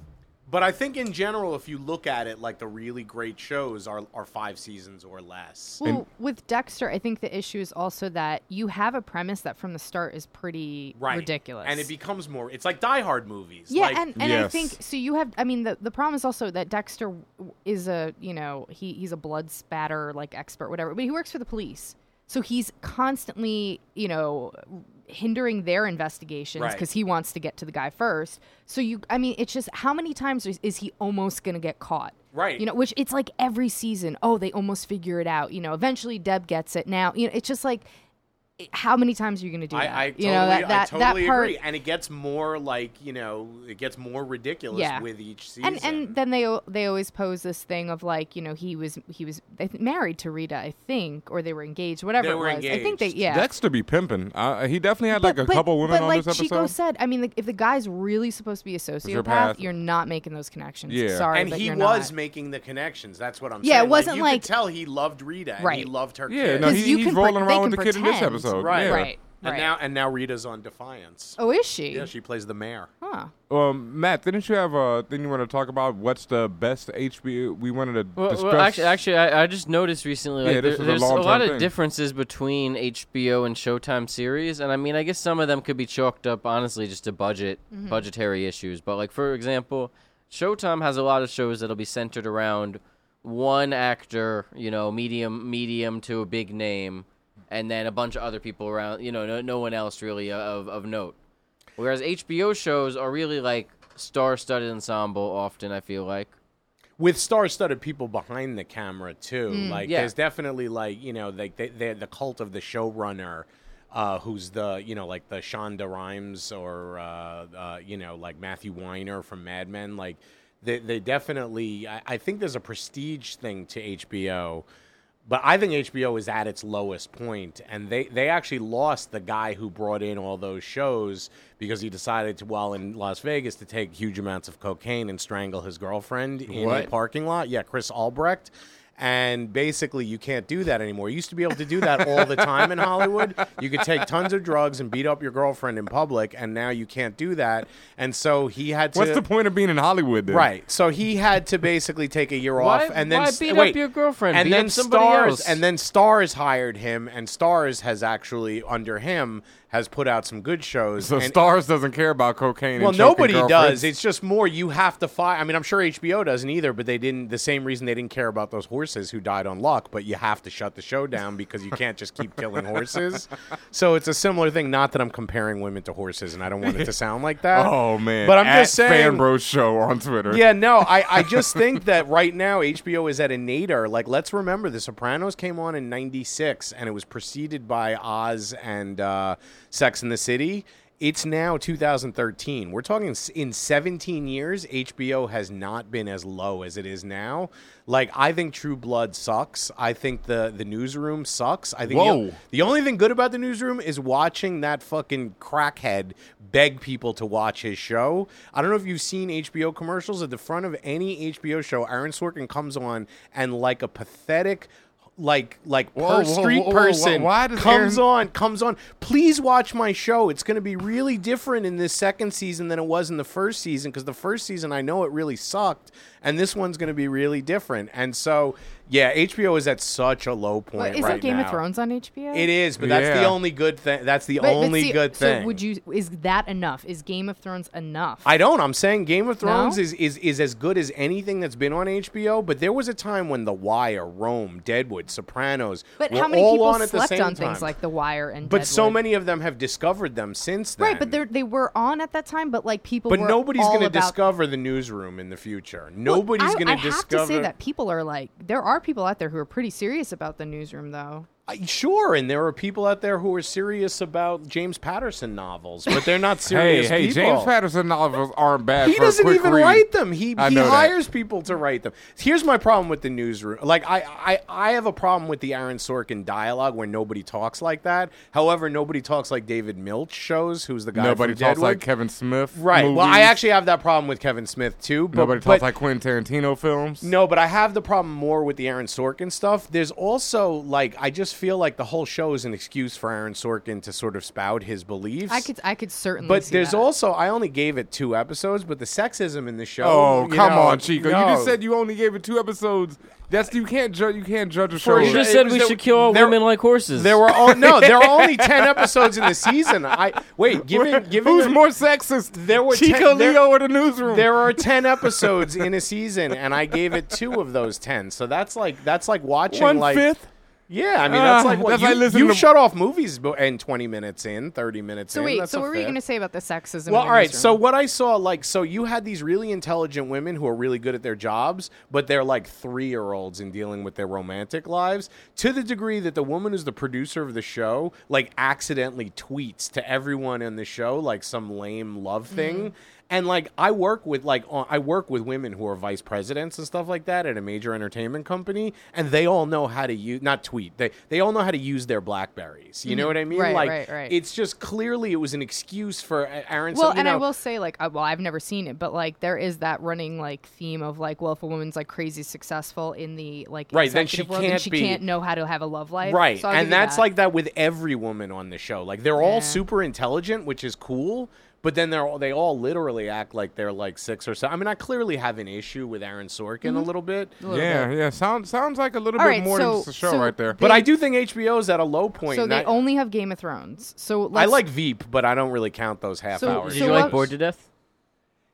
but I think in general, if you look at it, like the really great shows are are five seasons or less.
Well, with Dexter, I think the issue is also that you have a premise that from the start is pretty
right.
ridiculous.
And it becomes more. It's like Die Hard movies.
yeah,
like,
and, and I
Yes.
think so. You have, I mean, the, the problem is also that Dexter w- is a you know he he's a blood spatter like expert whatever, but he works for the police, so he's constantly you know hindering their investigations
Right.
because he wants to get to the guy first. So you, I mean, it's just how many times is, is he almost gonna get caught?
Right.
You know, which it's like every season. Oh, they almost figure it out. You know, eventually Deb gets it. Now you know, it's just like how many times are you going to do that?
I, I totally,
you know that that,
I totally
that part
agree. And it gets more like, you know, it gets more ridiculous
Yeah.
with each season.
and and then they al- they always pose this thing of like you know he was he was I think, married to Rita I think or they were engaged whatever
They
it
were
was I think they
engaged.
yeah
Dexter be pimping. Uh, he definitely had like
But-
a
but-
couple women
but
on
like
this episode.
Chico said I mean like, if the guy's really supposed to be a
your
sociopath
path.
you're not making those connections
Yeah.
sorry
And
but
he
you're
was
not.
making the connections. That's what I'm
Yeah, it
saying.
wasn't
you
like-
could tell he loved Rita and he
Right.
loved her
yeah,
kid.
no,
Because
he,
you
he's
can pre-
rolling
they
around with
can
the kid in this
pretend.
episode.
Right.
Yeah.
right
And
right
now and now Rita's on Defiance.
oh is she
Yeah, she plays the mayor.
huh
Um, Matt, didn't you have a thing you want to talk about? What's the best HBO we wanted to
Well,
discuss?
well, actually, actually, I, I just noticed recently like
Yeah, this
there-
is a
there's a,
long-term
lot of
thing.
differences between HBO and Showtime series, and I mean, I guess some of them could be chalked up honestly just to budget budgetary issues. But like for example, Showtime has a lot of shows that'll be centered around one actor, you know, medium medium to a big name, and then a bunch of other people around, you know, no, no one else really uh, of of note. Whereas HBO shows are really like star-studded ensemble often. I feel like.
with star-studded people behind the camera too.
Hmm.
like
Yeah.
there's definitely like you know like they, they're the cult of the showrunner, uh, who's the you know like the Shonda Rhimes or uh, uh, you know like Matthew Weiner from Mad Men. Like they they definitely I, I think there's a prestige thing to HBO. But I think HBO is at its lowest point, and they, they actually lost the guy who brought in all those shows because he decided to, while in Las Vegas, to take huge amounts of cocaine and strangle his girlfriend in a
What?
parking lot. Yeah, Chris Albrecht. And basically, you can't do that anymore. You used to be able to do that all the time in Hollywood. You could take tons of drugs and beat up your girlfriend in public, and now you can't do that. And so he had to.
What's the point of being in Hollywood then?
Right. So he had to basically take a year
Why-
off and then
why
s-
beat up
wait,
your girlfriend?
And
Beat
then
up somebody
stars
else.
and then Stars hired him and Stars has actually under him has put out some good shows.
So
and,
Stars doesn't care about cocaine.
well,
and choking
nobody
girlfriends.
does. It's just more you have to fight. I mean, I'm sure HBO doesn't either, but they didn't. The same reason they didn't care about those horses who died on luck, but you have to shut the show down because you can't just keep killing horses. So it's a similar thing. Not that I'm comparing women to horses, and I don't want it to sound like that.
Oh man!
But I'm
At
just saying,
Fanbro show on Twitter.
yeah, no, I, I just think that right now HBO is at a nadir. Like, let's remember The Sopranos came on in 96 and it was preceded by Oz and uh, Sex in the City. It's now 2013. We're talking s- in 17 years, HBO has not been as low as it is now. Like, I think True Blood sucks. I think the, the newsroom sucks. I think the-
Whoa.
the only thing good about the newsroom is watching that fucking crackhead beg people to watch his show. I don't know if you've seen HBO commercials at the front of any HBO show. Aaron Sorkin comes on and like a pathetic like like per
Whoa, whoa,
street
whoa, whoa, whoa.
person
Why does
comes
Aaron-
on comes on please watch my show it's going to be really different in this second season than it was in the first season because the first season i know it really sucked and this one's going to be really different and so yeah hbo is at such a low point
Well, isn't
right
Game of
now.
Thrones on HBO
It is, but that's the
Yeah.
only good thing. That's the
But- but
only
see-
good thing.
so would you is that enough is Game of Thrones enough
I don't. I'm saying Game of Thrones
No?
is, is is as good as anything that's been on HBO. But there was a time when The Wire, Rome, Deadwood, Sopranos,
but
were
how many
all
people
on at the
slept
same
on things
time.
like The Wire and
But so
Deadwood?
many of them have discovered them since then.
Right, but they they were on at that time, but like people.
But
were
nobody's
all
going to
about-
discover the newsroom in the future.
Well,
Nobody's
I-
going to
I have
discover.
to say that people are like, there are people out there who are pretty serious about the newsroom, though.
I- sure, and there are people out there who are serious about James Patterson novels, but they're not
Hey,
serious
hey,
people.
James Patterson novels aren't bad.
He
for a
doesn't
quick
even
read.
write them. He, he
I know that.
hires people to write them. Here's my problem with the newsroom. Like I, I, I have a problem with the Aaron Sorkin dialogue where nobody talks like that. However, nobody talks like David Milch shows, who's the guy.
Nobody
from
talks
Deadwood.
like Kevin Smith.
Right. Well, I
movies.
actually have that problem with Kevin Smith too. But,
nobody
but,
talks like Quentin Tarantino films.
no, but I have the problem more with the Aaron Sorkin stuff. There's also like I just feel like the whole show is an excuse for Aaron Sorkin to sort of spout his beliefs.
I could I could certainly.
But
see
there's
that.
also I only gave it two episodes, but the sexism in the show.
Oh,
you
come
know,
on, Chico. You
no.
just said you only gave it two episodes. That's you can't judge. You can't judge a show.
For
You
It
just said
was
we
that-
should kill all
there-
women like horses.
There were all, no. There are only ten episodes in the season. I wait. Giving giving
Who's
a-
more sexist?
There were
Chico
ten- there-
Leo or the newsroom?
There are ten episodes in a season, and I gave it two of those ten. So that's like that's like watching
One
like
fifth?
Yeah, I mean that's
Ah,
like what
that's
you,
like listening
you
to-
shut off movies bo- and twenty minutes in, thirty minutes
So
in.
wait,
that's
so
a
what were you
fair-
going to say about the sexism?
Well,
in
all
the
right. So
newsroom?
what I saw, like, so you had these really intelligent women who are really good at their jobs, but they're like three-year-olds in dealing with their romantic lives to the degree that the woman who's the producer of the show, like, accidentally tweets to everyone in the show like some lame love
Mm-hmm.
thing. And like, I work with like, on- I work with women who are vice presidents and stuff like that at a major entertainment company, and they all know how to use not tweet. They they all know how to use their Blackberries. You know what I mean?
Mm-hmm. Right,
like,
right, right.
it's just clearly it was an excuse for A- Aaron.
well,
so, you
and I
know-
will say, like, I, well, I've never seen it, but like, there is that running like theme of like, well, if a woman's like crazy successful in the like
Right, then she
executive world,
can't
she
be-
can't know how to have a love life,
Right.
So I'll give
and
you
that's
that.
like that with every woman on the show. Like they're
Yeah.
all super intelligent, which is cool, but then they're all, they all literally act like they're like six or seven. I mean, I clearly have an issue with Aaron Sorkin
Mm-hmm.
a little bit.
A little
Yeah,
bit.
yeah. Sounds sounds like a little
All
bit
right,
more
so-
than just a show
so
right there.
But
They-
I do think HBO is at a low point.
So
and
they
I,
only have Game of Thrones. So
I
let's,
like Veep, but I don't really count those half
So-
hours.
Did
Did so
you
you like
like
what-
Bored
Bored
to Death?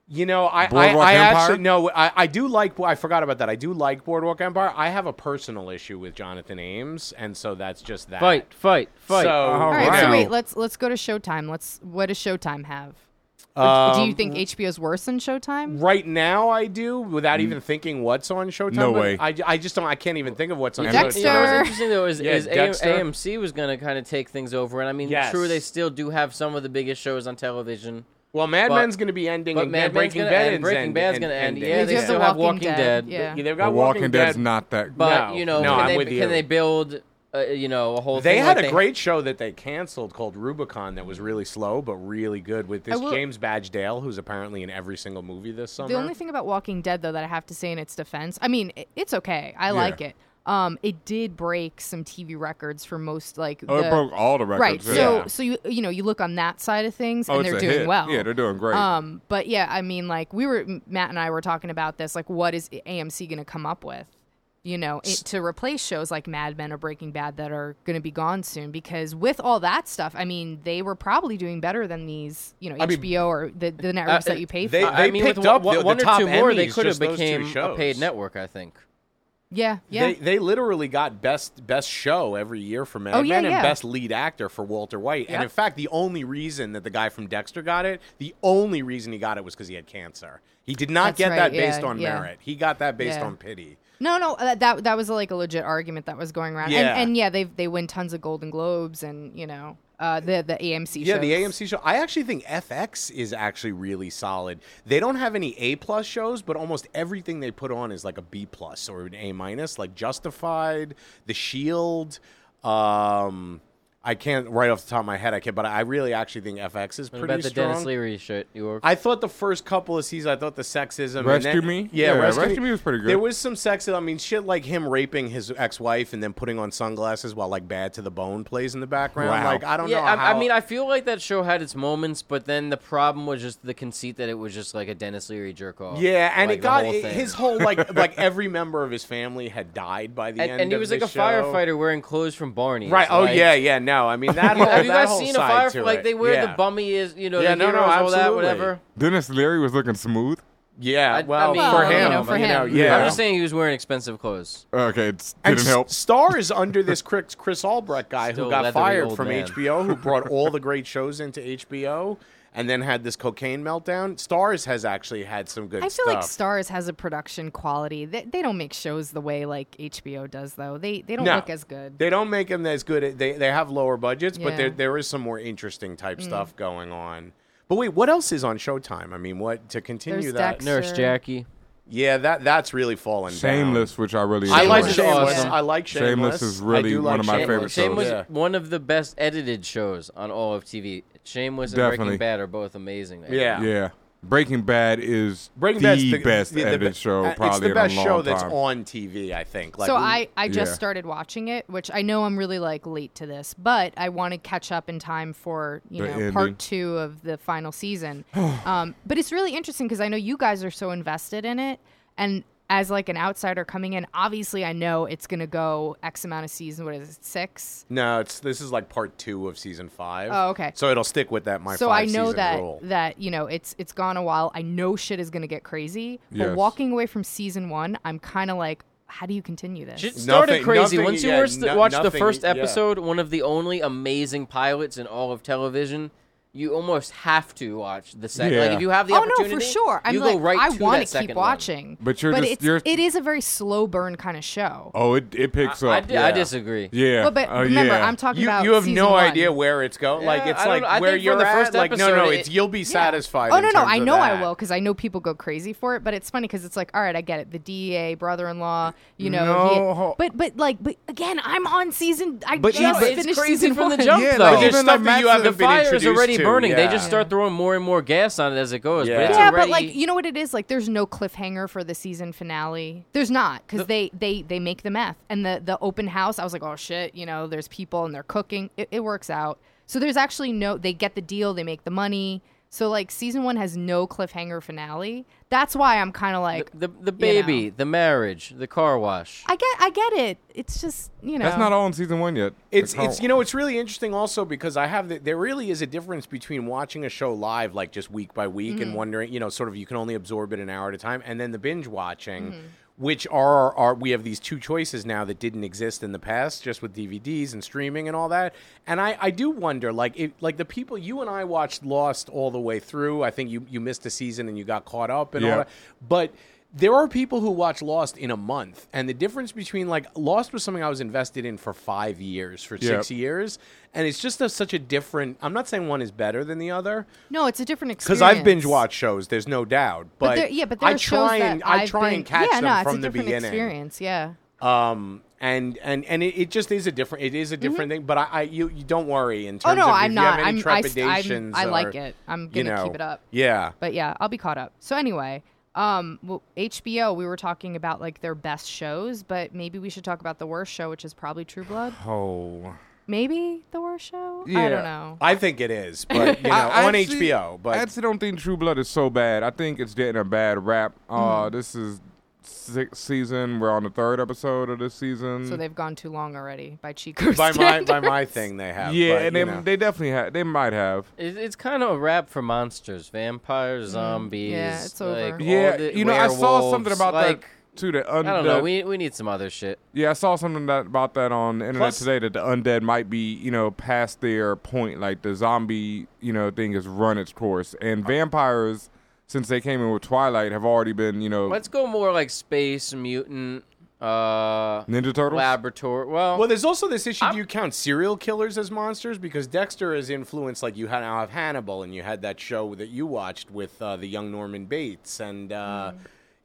You know, I I,
Boardwalk
I
Empire?
actually no, I, I do like. I forgot about that. I do like Boardwalk Empire. I have a personal issue with Jonathan Ames, and so that's just that.
Fight, fight, fight.
So
All
All right, so
Oh, Wow.
wait, let's let's go to Showtime. Let's what does Showtime have? Do you
um,
think HBO's worse than Showtime?
Right now, I do without even thinking what's on Showtime.
Mm-hmm. No
but
way.
I, I just don't. I can't even think of what's on
You
Showtime.
Dexter.
You know what's interesting though is,
Yeah,
is AM,
Dexter.
AMC was going to kind of take things over, and I mean,
Yes.
true, they still do have some of the biggest shows on television.
Well, Mad
But-
Men's going to be ending,
but
and
Mad Men's
Breaking
gonna
Bad
end,
is
Breaking
end-
Bad's
end-
gonna end.
ending.
Yeah,
They
they
do have
still
The
have
Walking
Walking Dead.
Dead, yeah.
Yeah, they've
The
got
Walking, Dead's
Dead.
not that.
But
No,
you know,
no,
can,
I'm
they,
with you.
can they build, uh, you know, a whole?
They
thing
had
like
a great show that they canceled called Rubicon that was really slow but really good with this
will-
James Badge Dale, who's apparently in every single movie this summer.
The only thing about Walking Dead, though, that I have to say in its defense, I mean, i- it's okay. I like it. Um, it did break some TV records for most, like
Oh,
the-
it broke all the records.
right.
yeah.
So,
Yeah.
so you you know, you look on that side of things,
oh,
and
it's
they're
a
doing
hit.
well.
Yeah, they're doing great.
Um, but yeah, I mean, like we were M- Matt and I were talking about this, like what is AMC going to come up with, you know, it, to replace shows like Mad Men or Breaking Bad that are going to be gone soon? Because with all that stuff, I mean, they were probably doing better than these, you know,
I mean,
HBO or the the networks
uh,
that you pay for.
they-
I
they
mean,
picked
with
up
one,
the- the
one or
top
two more, they
Emmys,
could have
just those two
became a
shows.
paid network. I think.
yeah, yeah.
They, they literally got best best show every year for Mad
Oh, yeah,
Men
yeah.
and best lead actor for Walter White. And in fact, the only reason that the guy from Dexter got it, the only reason he got it was because he had cancer. He did not
That's
get
right,
that
yeah,
based on
yeah.
merit. He got that based
Yeah.
on pity.
No, no, that, that that was like a legit argument that was going around.
Yeah.
And, and yeah, they they win tons of Golden Globes and you know uh, the the AMC.
Yeah, the
shows.
AMC show. I actually think FX is actually really solid. They don't have any A plus shows, but almost everything they put on is like a B plus or an A minus, like Justified, The Shield. Um, I can't right off the top of my head. I can't, but I really actually think FX is
What
pretty
about the
strong.
Dennis Leary shit? You were
I thought the first couple of seasons, I thought the sexism. and
Rescue
then-
Me?
Yeah,
Yeah,
Rescue,
Rescue Me was pretty good.
There was some sexism. I mean, shit like him raping his ex-wife and then putting on sunglasses while like "Bad to the Bone" plays in the background.
Wow.
Like, I don't
yeah,
know.
I,
how,
I mean, I feel like that show had its moments, but then the problem was just the conceit that it was just like a Dennis Leary jerk off.
Yeah, and
Oh, like
it
the
got
whole
it-
thing.
his whole like like every member of his family had died by the
and,
end.
and he
of
was
the
like a
show.
firefighter wearing clothes from Barney.
Right.
It's
Oh
like-
yeah, yeah. No, I mean that. Whole,
Have you
that
guys
whole
seen a
side
firefighter?
to
Like
it.
they wear
yeah.
the bummy is you know
Yeah,
the
no, no,
heroes, all that
absolutely.
whatever.
Dennis Leary was looking smooth.
Yeah.
I- I
well,
mean-
for
Well, you
him,
know, for him.
yeah.
I'm just saying he was wearing expensive clothes.
Okay, it s-
And
didn't help.
S- Star is under this Chris, Chris Albrecht guy
Still
who got
leathery
fired
old
from
man.
HBO, who brought all the great shows into HBO, and then had this cocaine meltdown. Stars has actually had some good
I feel
stuff.
like Stars has a production quality. They, they don't make shows the way like HBO does, though. They they don't
No.
look as good.
They don't make them as good. at- They they have lower budgets,
Yeah. Mm.
but there there is some more interesting type stuff going on. But wait, what else is on Showtime? I mean, what to continue
There's
that?
Dexter.
Nurse
Sure.
Jackie.
Yeah, that that's really fallen down.
Shameless, which I really
I like
enjoyed.
is
Shameless.
awesome.
I like Shameless.
Shameless is
I
really
do like
one of my
Shameless.
favorite shows.
Shameless,
Yeah.
one of the best edited shows on all of TV. Shameless and
Definitely.
Breaking Bad are both amazing.
Yeah.
Yeah, Breaking Bad is
Breaking
the
Bad's
best
the- the
edited
be-
show
uh,
probably
It's the
in
best
a long
show
time.
that's on TV, I think. Like
so
we-
I, I just
yeah.
started watching it, which I know I'm really like late to this, but I want to catch up in time for you
The
know
ending.
part two of the final season. um, but it's really interesting because I know you guys are so invested in it, and as like an outsider coming in, obviously I know it's gonna go X amount of season. What is it, six?
no, it's this is like part two of season five.
Oh, okay.
So it'll stick with that my
so I
five
know
season
that
rule.
that you know it's it's gone a while. I know shit is gonna get crazy, but
Yes.
walking away from season one, I'm kind of like, how do you continue this?
Shit started
Nothing-
crazy.
nothing-
Once you
yeah,
watched the,
no-
watched the
nothing-
first
yeah.
episode, one of the only amazing pilots in all of television, you almost have to watch the second. Like
Yeah.
if you have the
oh no,
opportunity,
for sure. I'm
you
like,
go right
I
to
wanna
that second
keep
one.
watching,
But you're just-
it's,
you're-
it is a very slow burn kind of show.
Oh, it, it picks
I,
up.
di- I
Yeah.
disagree.
yeah.
Well, but
Oh,
remember,
yeah.
I'm talking
You,
about
you have
season
no
one.
idea where it's going. like
Yeah,
it's
I don't
like
know. I
where
think for
you're
the
at.
first
like no,
episode,
no,
it-
it's you'll be satisfied.
Oh
in
no, no,
terms
I
of
know I
that.
will because I know people go crazy for it. But it's funny because it's like, all right, I get it. The DEA brother-in-law, you know. he-
No, ho-
but but like, but again, I'm on season. I
But
just
no, it's
finished
crazy
season
from the
one.
jump,
Yeah,
though.
like,
But there's stuff
even like
that you
Matt's-
haven't
the
been
fire is
introduced
already
to,
burning. They
yeah.
just start throwing more and more gas on it as it goes. But
Yeah.
it's
Yeah,
already,
but like you know what it is like. There's no cliffhanger for the season finale. There's not because they they they make the meth and the the open house. I was like, oh shit, you know, there's people and they're cooking. It, it works out. So there's actually no. They get the deal. They make the money. So like season one has no cliffhanger finale. That's why I'm kind of like
the the baby, the marriage, the car wash.
I get I get it. It's just you know
That's not all in season one yet.
It's
Like, how-
it's you know it's really interesting also because I have the, there really is a difference between watching a show live like just week by week and wondering you know sort of you can only absorb it an hour at a time and then the binge watching. Which are are we have these two choices now that didn't exist in the past, just with DVDs and streaming and all that. And I, I do wonder, like if, like the people you and I watched Lost all the way through. I think you you missed a season and you got caught up and
Yeah.
all that. But there are people who watch Lost in a month, and the difference between like Lost was something I was invested in for five years, for six
Yep.
years, and it's just a, such a different. I'm not saying one is better than the other
no. It's a different experience
because I've binge watched shows. There's no doubt, but,
there- yeah, but there
I
are shows
try and
that
I
I've
try
been-
and catch
yeah,
them
no, it's
from
a
the
different
beginning.
Experience, yeah.
Um, and and and it, it just is a different. It is a different thing. But I, I you you don't worry in terms
Mm-hmm. Oh no,
of if
I'm
you have
not.
any
I'm I, st- I'm,
trepidations.
I like
or,
it. I'm
you
gonna
know,
keep it up.
Yeah.
But yeah, I'll be caught up. So anyway, um, well, HBO, we were talking about like their best shows, but maybe we should talk about the worst show, which is probably True Blood.
Oh.
Maybe the worst show. I
Yeah.
don't know.
I think it is, but you know,
I- I
on
actually-
HBO. But
I actually don't think True Blood is so bad. I think it's getting a bad rap. Uh,
Hmm.
This is sixth season. We're on the third episode of this season.
So they've gone too long already by Chico.
Um, by my by
standards.
my thing, they have.
yeah,
but,
and
you
they,
know.
they definitely have. They might have.
It, it's kind of a wrap for monsters, vampires, zombies.
Yeah, it's over.
Like,
Mm-hmm. Yeah,
all the
you know, I saw
werewolves,
something about
like,
that uh, too. The un-
I don't
the-
know. We, we need some other shit.
yeah, I saw something that, about that on the internet
Plus-
today that the undead might be, you know, past their point. Like the zombie, you know, thing has run its course, and vampires, since they came in with Twilight, have already been, you know,
Let's go more like space mutant, uh,
Ninja Turtles.
laboratory. Well,
Well, there's also this issue. Do you count serial killers as monsters? Because Dexter is influenced, like you had now have Hannibal, and you had that show that you watched with uh, the young Norman Bates, and uh,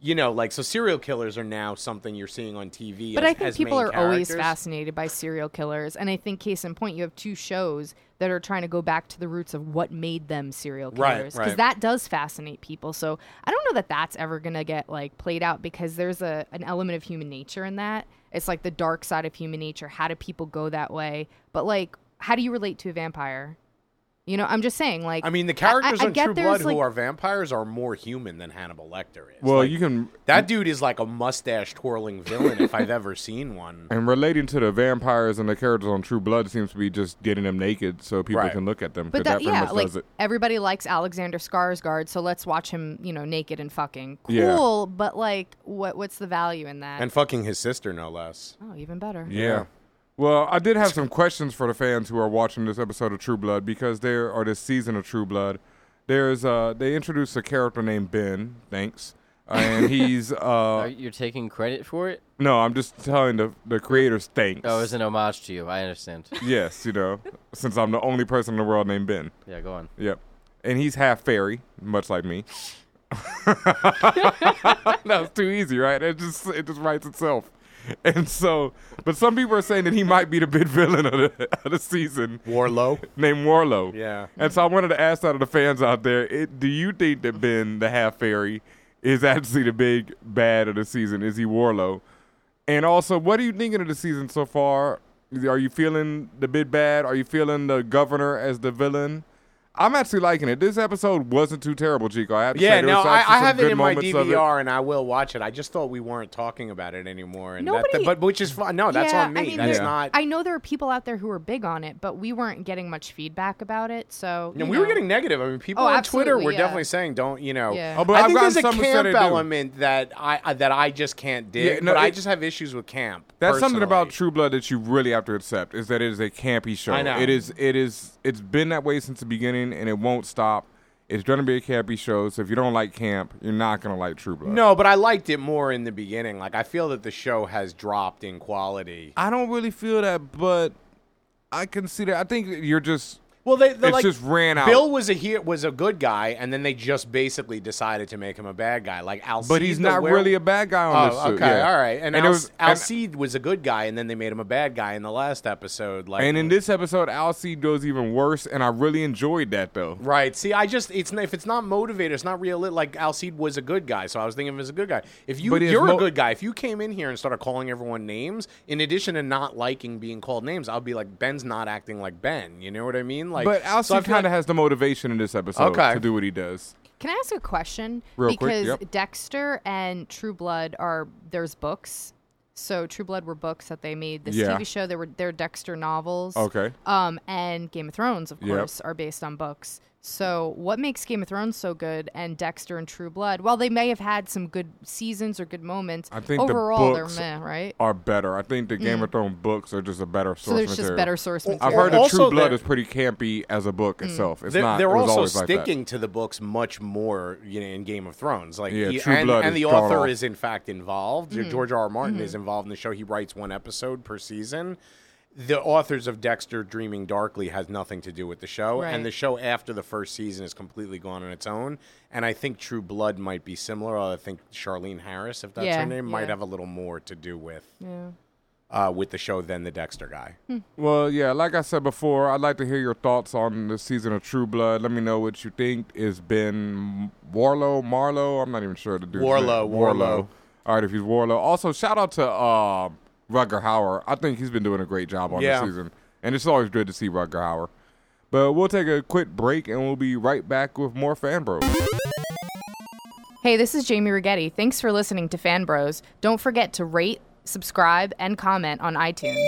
you know, like so, serial killers are now something you're seeing on TV.
But
as,
I think
as
people
uh, main
are always
characters.
fascinated by serial killers, and I think case in point, you have two shows that are trying to go back to the roots of what made them serial
Right,
killers, because
right.
that does fascinate people. So I don't know that that's ever gonna get like played out because there's a an element of human nature in that. It's like the dark side of human nature. How do people go that way? But like, how do you relate to a vampire? You know, I'm just saying. Like,
I mean, the
I- I-
characters
I
on
get
True
there's,
Blood
like-
who are vampires are more human than Hannibal Lecter is.
well,
Like,
you can
that dude is like a mustache twirling villain if I've ever seen one.
And relating to the vampires and the characters on True Blood seems to be just getting them naked so people
Right.
can look at them. 'cause that,
But that,
pretty
yeah,
much
like
does it.
everybody likes Alexander Skarsgård, so let's watch him, you know, naked and fucking cool.
Yeah.
But like, what what's the value in that?
And fucking his sister, no less.
oh, even better.
Yeah. Well, I did have some questions for the fans who are watching this episode of True Blood because there or this season of True Blood. There's uh they introduced a character named Ben, thanks. uh, And he's
are,
uh
you're taking credit for it?
no, I'm just telling the the creators thanks.
Oh, it's an homage to you. I understand.
yes, you know, since I'm the only person in the world named Ben.
Yeah, go on.
Yep. And he's half fairy, much like me. that was too easy, right? It just it just writes itself. And so, but some people are saying that he might be the big villain of the, of the season,
Warlow.
named Warlow.
Yeah.
And so I wanted to ask out of the fans out there, it, do you think that Ben the half fairy is actually the big bad of the season? Is he Warlow? And also, what are you thinking of the season so far? Are you feeling the big bad? Are you feeling the governor as the villain? I'm actually liking it. This episode wasn't too terrible, Chico. I have to say,
Yeah,
there
no,
was
I,
actually
I
some
have it
good
in my
moments of it.
DVR and I will watch it. I just thought we weren't talking about it anymore, and that- that,
Nobody-
but which is fine. No, that's
yeah,
on me.
I mean,
that's
there-
not.
I know there are people out there who are big on it, but we weren't getting much feedback about it. So
And
you
we were
know.
getting negative. I mean, people
Oh,
on Twitter
absolutely,
were
yeah.
definitely saying, "Don't you know?"
Yeah.
Oh, but
I
I've
think there's a
gotten some that
camp
said I do.
element that I I- that I just can't dig.
Yeah, no,
but I
it-
just have issues with camp.
That's something about
personally.
True Blood that you really have to accept is that it is a campy show.
I know.
It is. It is. It's been that way since the beginning, and it won't stop. It's going to be a campy show. So if you don't like camp, you're not going to like True Blood.
No, but I liked it more in the beginning. Like I feel that the show has dropped in quality.
I don't really feel that, but I consider. I think that you're just.
Well, they they
It's
like,
just ran out.
Bill was a he- was a good guy, and then they just basically decided to make him a bad guy. Like Alcide,
But he's not really a bad guy on this.
Oh,
suit,
okay,
yeah.
all right. And,
it
Al-
was- and-
Alcide was a good guy, and then they made him a bad guy in the last episode. Like,
And in this episode, Alcide goes even worse, and I really enjoyed that though.
Right. See, I just it's if it's not motivated, it's not real. Like Alcide was a good guy, so I was thinking of him as a good guy. If you
But his
you're
mo-
a good guy, if you came in here and started calling everyone names, in addition to not liking being called names, I'll be like Ben's not acting like Ben. You know what I mean? Like,
But
so I
Alcide
feel
kind of
like-
has the motivation in this episode
Okay.
to do what he does.
Can I ask a question?
Real quick,
because
yep.
Dexter and True Blood are there's books. So True Blood were books that they made. This
Yeah.
TV show they were they're Dexter novels.
Okay.
Um, and Game of Thrones, of
Yep.
course, are based on books. So what makes Game of Thrones so good and Dexter and True Blood? While they may have had some good seasons or good moments,
I think the
overall
books
they're meh, right?
Are better. I think the Game of Thrones books are just a better source
Mm. So there's
material.
just better source material. Mm.
I've heard
Or
that True
also
Blood
they're-
is pretty campy as a book itself. It's
they're,
not.
they're
it was
also
always like that.
sticking to the books much more you know, in Game of Thrones. Like,
Yeah,
he-
True
and,
Blood
and
is
the
gone
author
off.
is in fact involved.
Mm-hmm.
George R. R. Martin is involved in the show. He writes one episode per season. The authors of Dexter Dreaming Darkly has nothing to do with the show,
Right.
and the show after the first season is completely gone on its own. And I think True Blood might be similar. I think Charlene Harris, if that's
Yeah,
her name,
yeah.
might have a little more to do with
Yeah.
uh, with the show than the Dexter guy.
Well, yeah, like I said before, I'd like to hear your thoughts on the season of True Blood. Let me know what you think. Is Ben Warlow, Marlow? I'm not even sure the dude's
Warlow,
name.
Warlow.
All right, if he's Warlow. Also, shout out to uh, Rugger Hauer. I think he's been doing a great job on
Yeah.
this season, and it's always good to see Rugger Hauer. But we'll take a quick break, and we'll be right back with more fan bros.
Hey, this is Jamie Rigetti. Thanks for listening to Fan Bros. Don't forget to rate, subscribe, and comment on iTunes.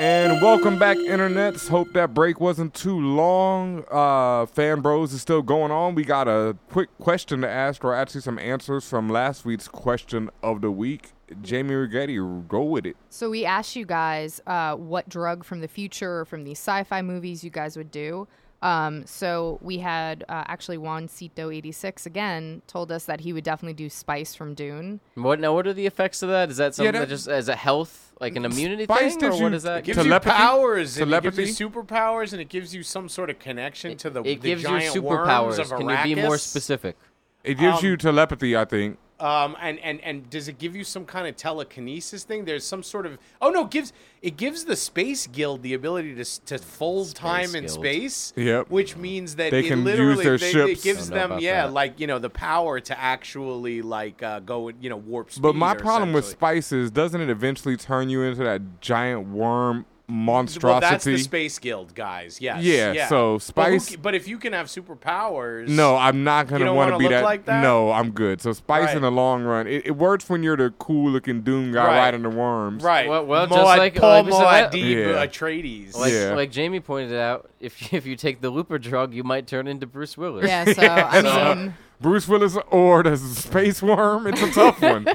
And welcome back, internets. Hope that break wasn't too long. Uh, Fan Bros is still going on. We got a quick question to ask, or actually some answers from last week's question of the week. Jamie Rigetti, go with it.
So we asked you guys uh, what drug from the future or from these sci-fi movies you guys would do. Um, so we had uh, actually Juan Cito eighty six again told us that he would definitely do Spice from Dune.
What now? What are the effects of that? Is that something that,
that-
just as a health, like an immunity
Spice
thing,
gives
or what
you-
is that?
it
gives
Telepathy?
you powers, and it gives
Telepathy?
you superpowers, and it gives you some sort of connection to the.
it
the
gives you
giant worms
superpowers.
Of
Can you be more
Arrakis.
specific?
It gives
Um,
you telepathy, I think.
Um, and and and does it give you some kind of telekinesis thing? There's some sort of. Oh no, it gives it gives the space guild the ability to s- to fold time in
Guild.
space.
Yep.
Which means that
They
it
can use
literally
their
they-
ships.
It gives
Don't know
them
about
yeah,
that.
like you know the power to actually like uh, go at, you know warp speed.
But my
or
problem with
essentially.
spices, doesn't it eventually turn you into that giant worm monstrosity?
Well, that's the space guild guys. Yes.
Yeah,
But
so
who
Spice-
ca- but if you can have superpowers,
No, I'm not
You
gonna
don't
want to
wanna
be
look
that.
like that?
No, I'm good. So spice
Right.
in the long run, it, it works when you're the cool looking doom guy
Right.
riding the worms.
Right.
Well- well, just
Moad,
like-
Paul
like we said-
Moadib
Yeah.
Atreides.
Like,
Yeah.
like Jamie pointed out, if if you take the looper drug, you might turn into Bruce Willis.
Yeah, so I mean,
Bruce Willis or the space worm. It's a tough one.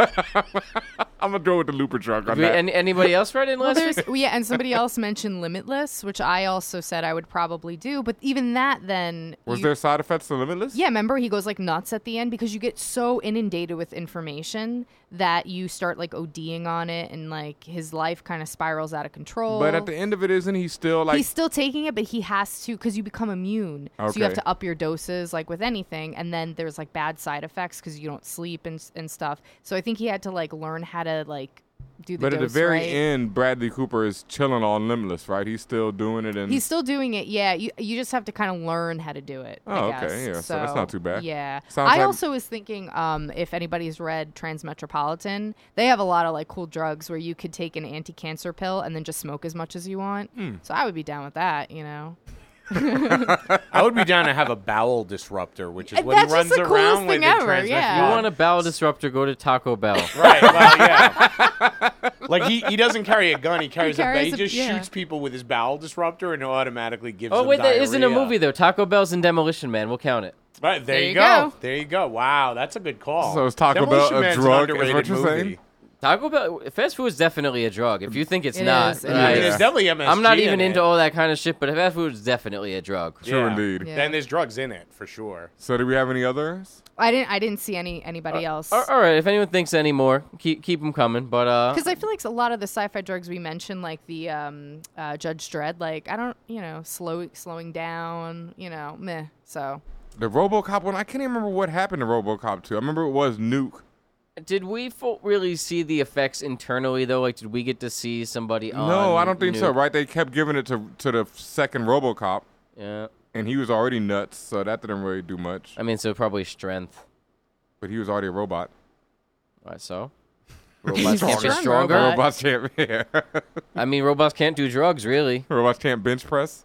I'm gonna go with the looper truck on
Wait,
that.
any, anybody else write in
well,
last
there's
week?
well, yeah, and somebody else mentioned Limitless, which I also said I would probably do. But even that, then
Was
you-
there side effects to Limitless?
Yeah, remember he goes like nuts at the end because you get so inundated with information that you start like ODing on it and like his life kind of spirals out of control.
But at the end of it, isn't he still like?
he's still taking it, but he has to because you become immune, so you have
Okay.
to up your doses like with anything. And then there's like bad side effects because you don't sleep and s- and stuff. So I think he had to like learn how to like do the.
but at the
dose
very
right.
end, Bradley Cooper is chilling on Limitless, right? He's still doing it, and
He's still doing it, yeah. You you just have to kind of learn how to do it.
Oh,
I
okay,
guess.
yeah, so that's not too bad.
Yeah,
Sounds
I
like-
also was thinking, um, if anybody's read Transmetropolitan, they have a lot of like cool drugs where you could
Hmm.
take an anti-cancer pill and then just smoke as much as you want. So I would be down with that, you know.
I would be down to have a bowel disruptor, which is
Uh,
what he
that's just
runs
the coolest
around with.
thing
and
ever,
transmits
yeah.
You
blood.
want a bowel disruptor? Go to Taco Bell.
Right, well, yeah. like he, he doesn't carry a gun, he carries a
carries
he
a-
just
yeah.
shoots people with his bowel disruptor and automatically gives
oh
them
wait, that isn't a
diarrhea.
movie though. Taco Bell's in Demolition Man. We'll count it.
Right, there,
There
you
you
go.
go.
There you go. Wow, that's a good call.
So is Taco Bell
Demolition
a
Man's an
drug, is what
underrated
you're
movie.
saying?
Taco Bell, fast food is definitely a drug. If you think it's
It
not,
is, it
I mean,
like,
there's definitely MSG
I'm not even
in
into
it.
all that kind of shit. But fast food is definitely a drug.
True indeed.
Yeah.
And there's drugs in it for sure.
So do we have any others?
I didn't. I didn't see any anybody else.
All- all right, if anyone thinks any more, keep keep them coming. But uh,
Because I feel like a lot of the sci-fi drugs we mentioned, like the um, uh, Judge Dredd, like I don't, you know, slow slowing down, you know, meh. So
The RoboCop one. I can't even remember what happened to RoboCop two. I remember it was Nuke.
did we fo- really see the effects internally though? Like, did we get to see somebody?
Oh,
no,
on
I don't think
Nuke?
so. Right? They kept giving it to to the second RoboCop,
Yeah,
and he was already nuts, so that didn't really do much.
Uh,
I mean, so probably strength.
But he was already a robot.
All right, so
Robots
He's
can't be
strong
stronger.
robot.
robots can't. Yeah.
I mean, robots can't do drugs, really.
robots can't bench press.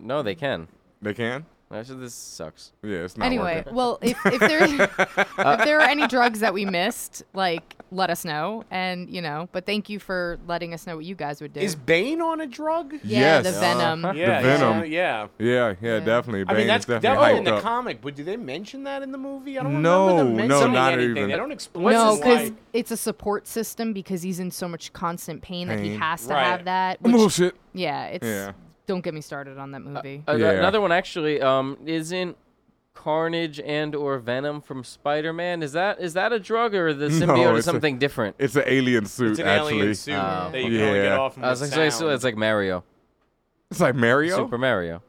No, they can.
They can.
Actually, this sucks.
Yeah, it's not
anyway,
working.
well, if, if there if there are any drugs that we missed, like let us know, and you know, but thank you for letting us know what you guys would do.
Is Bane on a drug?
yeah,
Yes.
the venom.
Uh-huh. Yeah,
The Venom.
Yeah. yeah.
Yeah, yeah, definitely.
I
Bane
mean, that's
is
that was
definitely
in
hyped
the
up.
comic, but do they mention that in the movie? I don't
No,
remember them
no,
mentioning
not
anything.
even.
They don't explain.
no,
why.
because it's a support system because he's in so much constant pain, that he
Pain.
has to
Right.
have that. Which,
Bullshit.
Yeah, it's.
Yeah.
Don't get me started on that movie.
Uh,
Yeah.
Another one actually um, isn't Carnage and or Venom from Spider-Man. Is that is that a drug or the
No,
symbiote is
it's a-
something different?
It's an alien suit,
it's an
actually.
alien suit
Oh.
that you can only get
Yeah.
off.
I was like, so it's, it's like Mario,
It's like Mario.
Super Mario,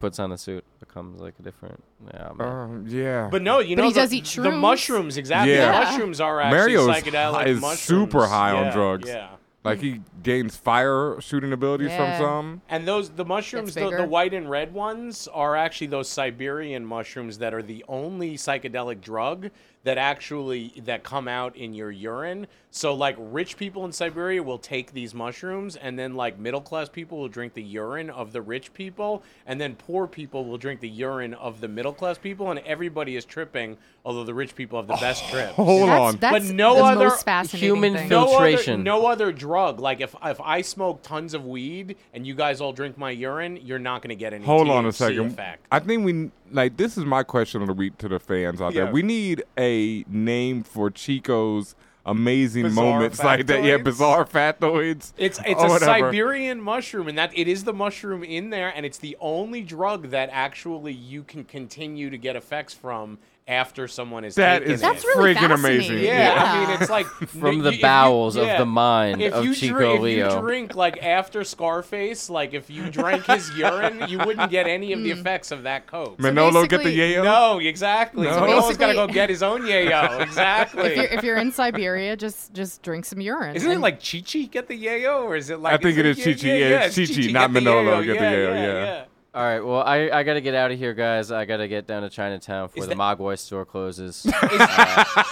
puts on a suit, becomes like a different. Yeah, man.
Uh,
Um, yeah.
But no, you
But
know
he
the,
does eat
the
shrooms.
mushrooms exactly.
Yeah.
The mushrooms are actually
Mario's
psychedelic
high- is
mushrooms.
super high on
Yeah,
drugs.
Yeah.
like he gains fire shooting abilities
Yeah.
from some.
And those the mushrooms, the, the
bigger.
white and red ones, are actually those Siberian mushrooms that are the only psychedelic drug that actually that come out in your urine. So like rich people in Siberia will take these mushrooms, and then like middle class people will drink the urine of the rich people, and then poor people will drink the urine of the middle class people, and everybody is tripping, although the rich people have the best trips.
Hold
that's,
on.
That's
But no
the
other
most fascinating
human
thing.
film-
no
Filtration.
Other, no other drug. Like if if I smoke tons of weed and you guys all drink my urine, you're not going to get any.
Hold on a
THC
second.
Effect.
I think we like this is my question of the week to the fans out
Yeah.
there. We need a name for Chico's amazing
Bizarre
moments like that. Yeah,
factoids?
bizarre factoids.
It's it's
or
a
Oh, whatever.
Siberian mushroom, and that it is the mushroom in there, and it's the only drug that actually you can continue to get effects from after someone has
That
taken
is
it.
That's really
freaking amazing.
fascinating.
yeah, I
Yeah.
mean, it's like
From
you-
the
if you-
bowels of
yeah.
the mind
If
of
you
Chico
drink,
Leo.
if you drink like after Scarface, like if you drank his urine, you wouldn't get any of the effects of that coke.
Manolo get the
basically-
yayo.
No, exactly.
No.
So Mano's got to go
Basically-
get his own yayo.
if, you're,
Exactly.
if you're in Siberia, just just drink some urine.
Isn't it
and-
like Chichi get the yayo, or is it like?
I think it is
yeah,
Chi-Chi.
Yeah,
Yeah, it's
it's
Chi-Chi,
Chi-Chi,
not
get the
Manolo,
yayo.
get the
yeah,
yayo,
Yeah.
yeah.
yeah.
All right, well, I, I gotta get out of here, guys. I gotta get down to Chinatown before
Is
the
that-
Mogwai store closes.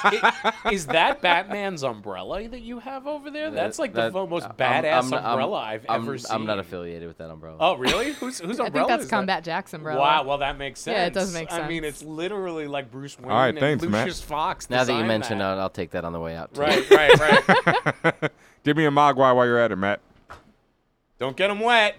It- Is that Batman's umbrella that you have over there? That's like the
That-
fo- most
I'm-
badass
I'm- I'm-
umbrella I've
I'm-
ever seen.
I'm not affiliated with that umbrella.
Oh, really? Who's whose
I
umbrella
think that's
is
Combat
that?
Jack's umbrella.
Wow, well that makes sense.
Yeah, it does make
I mean,
sense.
it's literally like Bruce Wayne
right,
and
thanks, Matt.
Lucius Fox.
now that you
designed
mention
uh,
it, I'll take that on the way out. Too.
right, right, right.
Give me a Mogwai while you're at it, Matt.
Don't get him wet.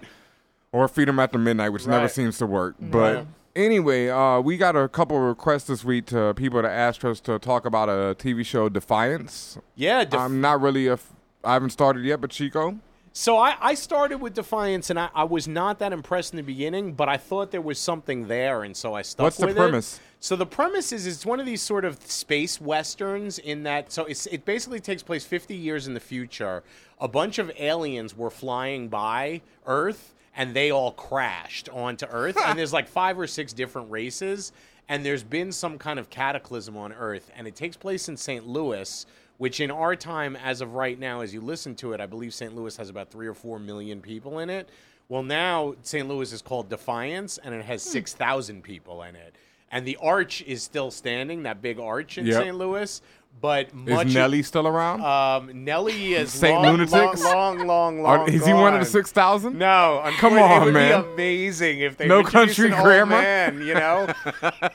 or feed them after midnight, which never
Right.
seems to work. But anyway, uh, we got a couple of requests this week to people to ask us to talk about a TV show, Defiance.
Yeah, def-
I'm not really a. F- I haven't started yet, but Chico,
So I, I started with Defiance, and I, I was not that impressed in the beginning, but I thought there was something there, and so I stuck
What's the
with it.
premise?
So the premise is it's one of these sort of space westerns in that so it's, it basically takes place 50 years in the future. A bunch of aliens were flying by Earth, and they all crashed onto Earth, and there's like five or six different races, and there's been some kind of cataclysm on Earth, and it takes place in St. Louis which in our time, as of right now, as you listen to it, I believe St. Louis has about three or four million people in it. Well, now St. Louis is called Defiance, and it has 6,000 people in it. And the arch is still standing, that big arch in
Yep.
St. Louis, But
Is
much
Nelly still around?
Um, Nelly is
Saint
long,
Lunatics?
long, long, long, long.
Are- is he one of the
gone.
six thousand?
No,
Come
unfortunately,
on,
it would
man.
Be amazing if they
No
introduced
country
an old
grammar.
man, you know.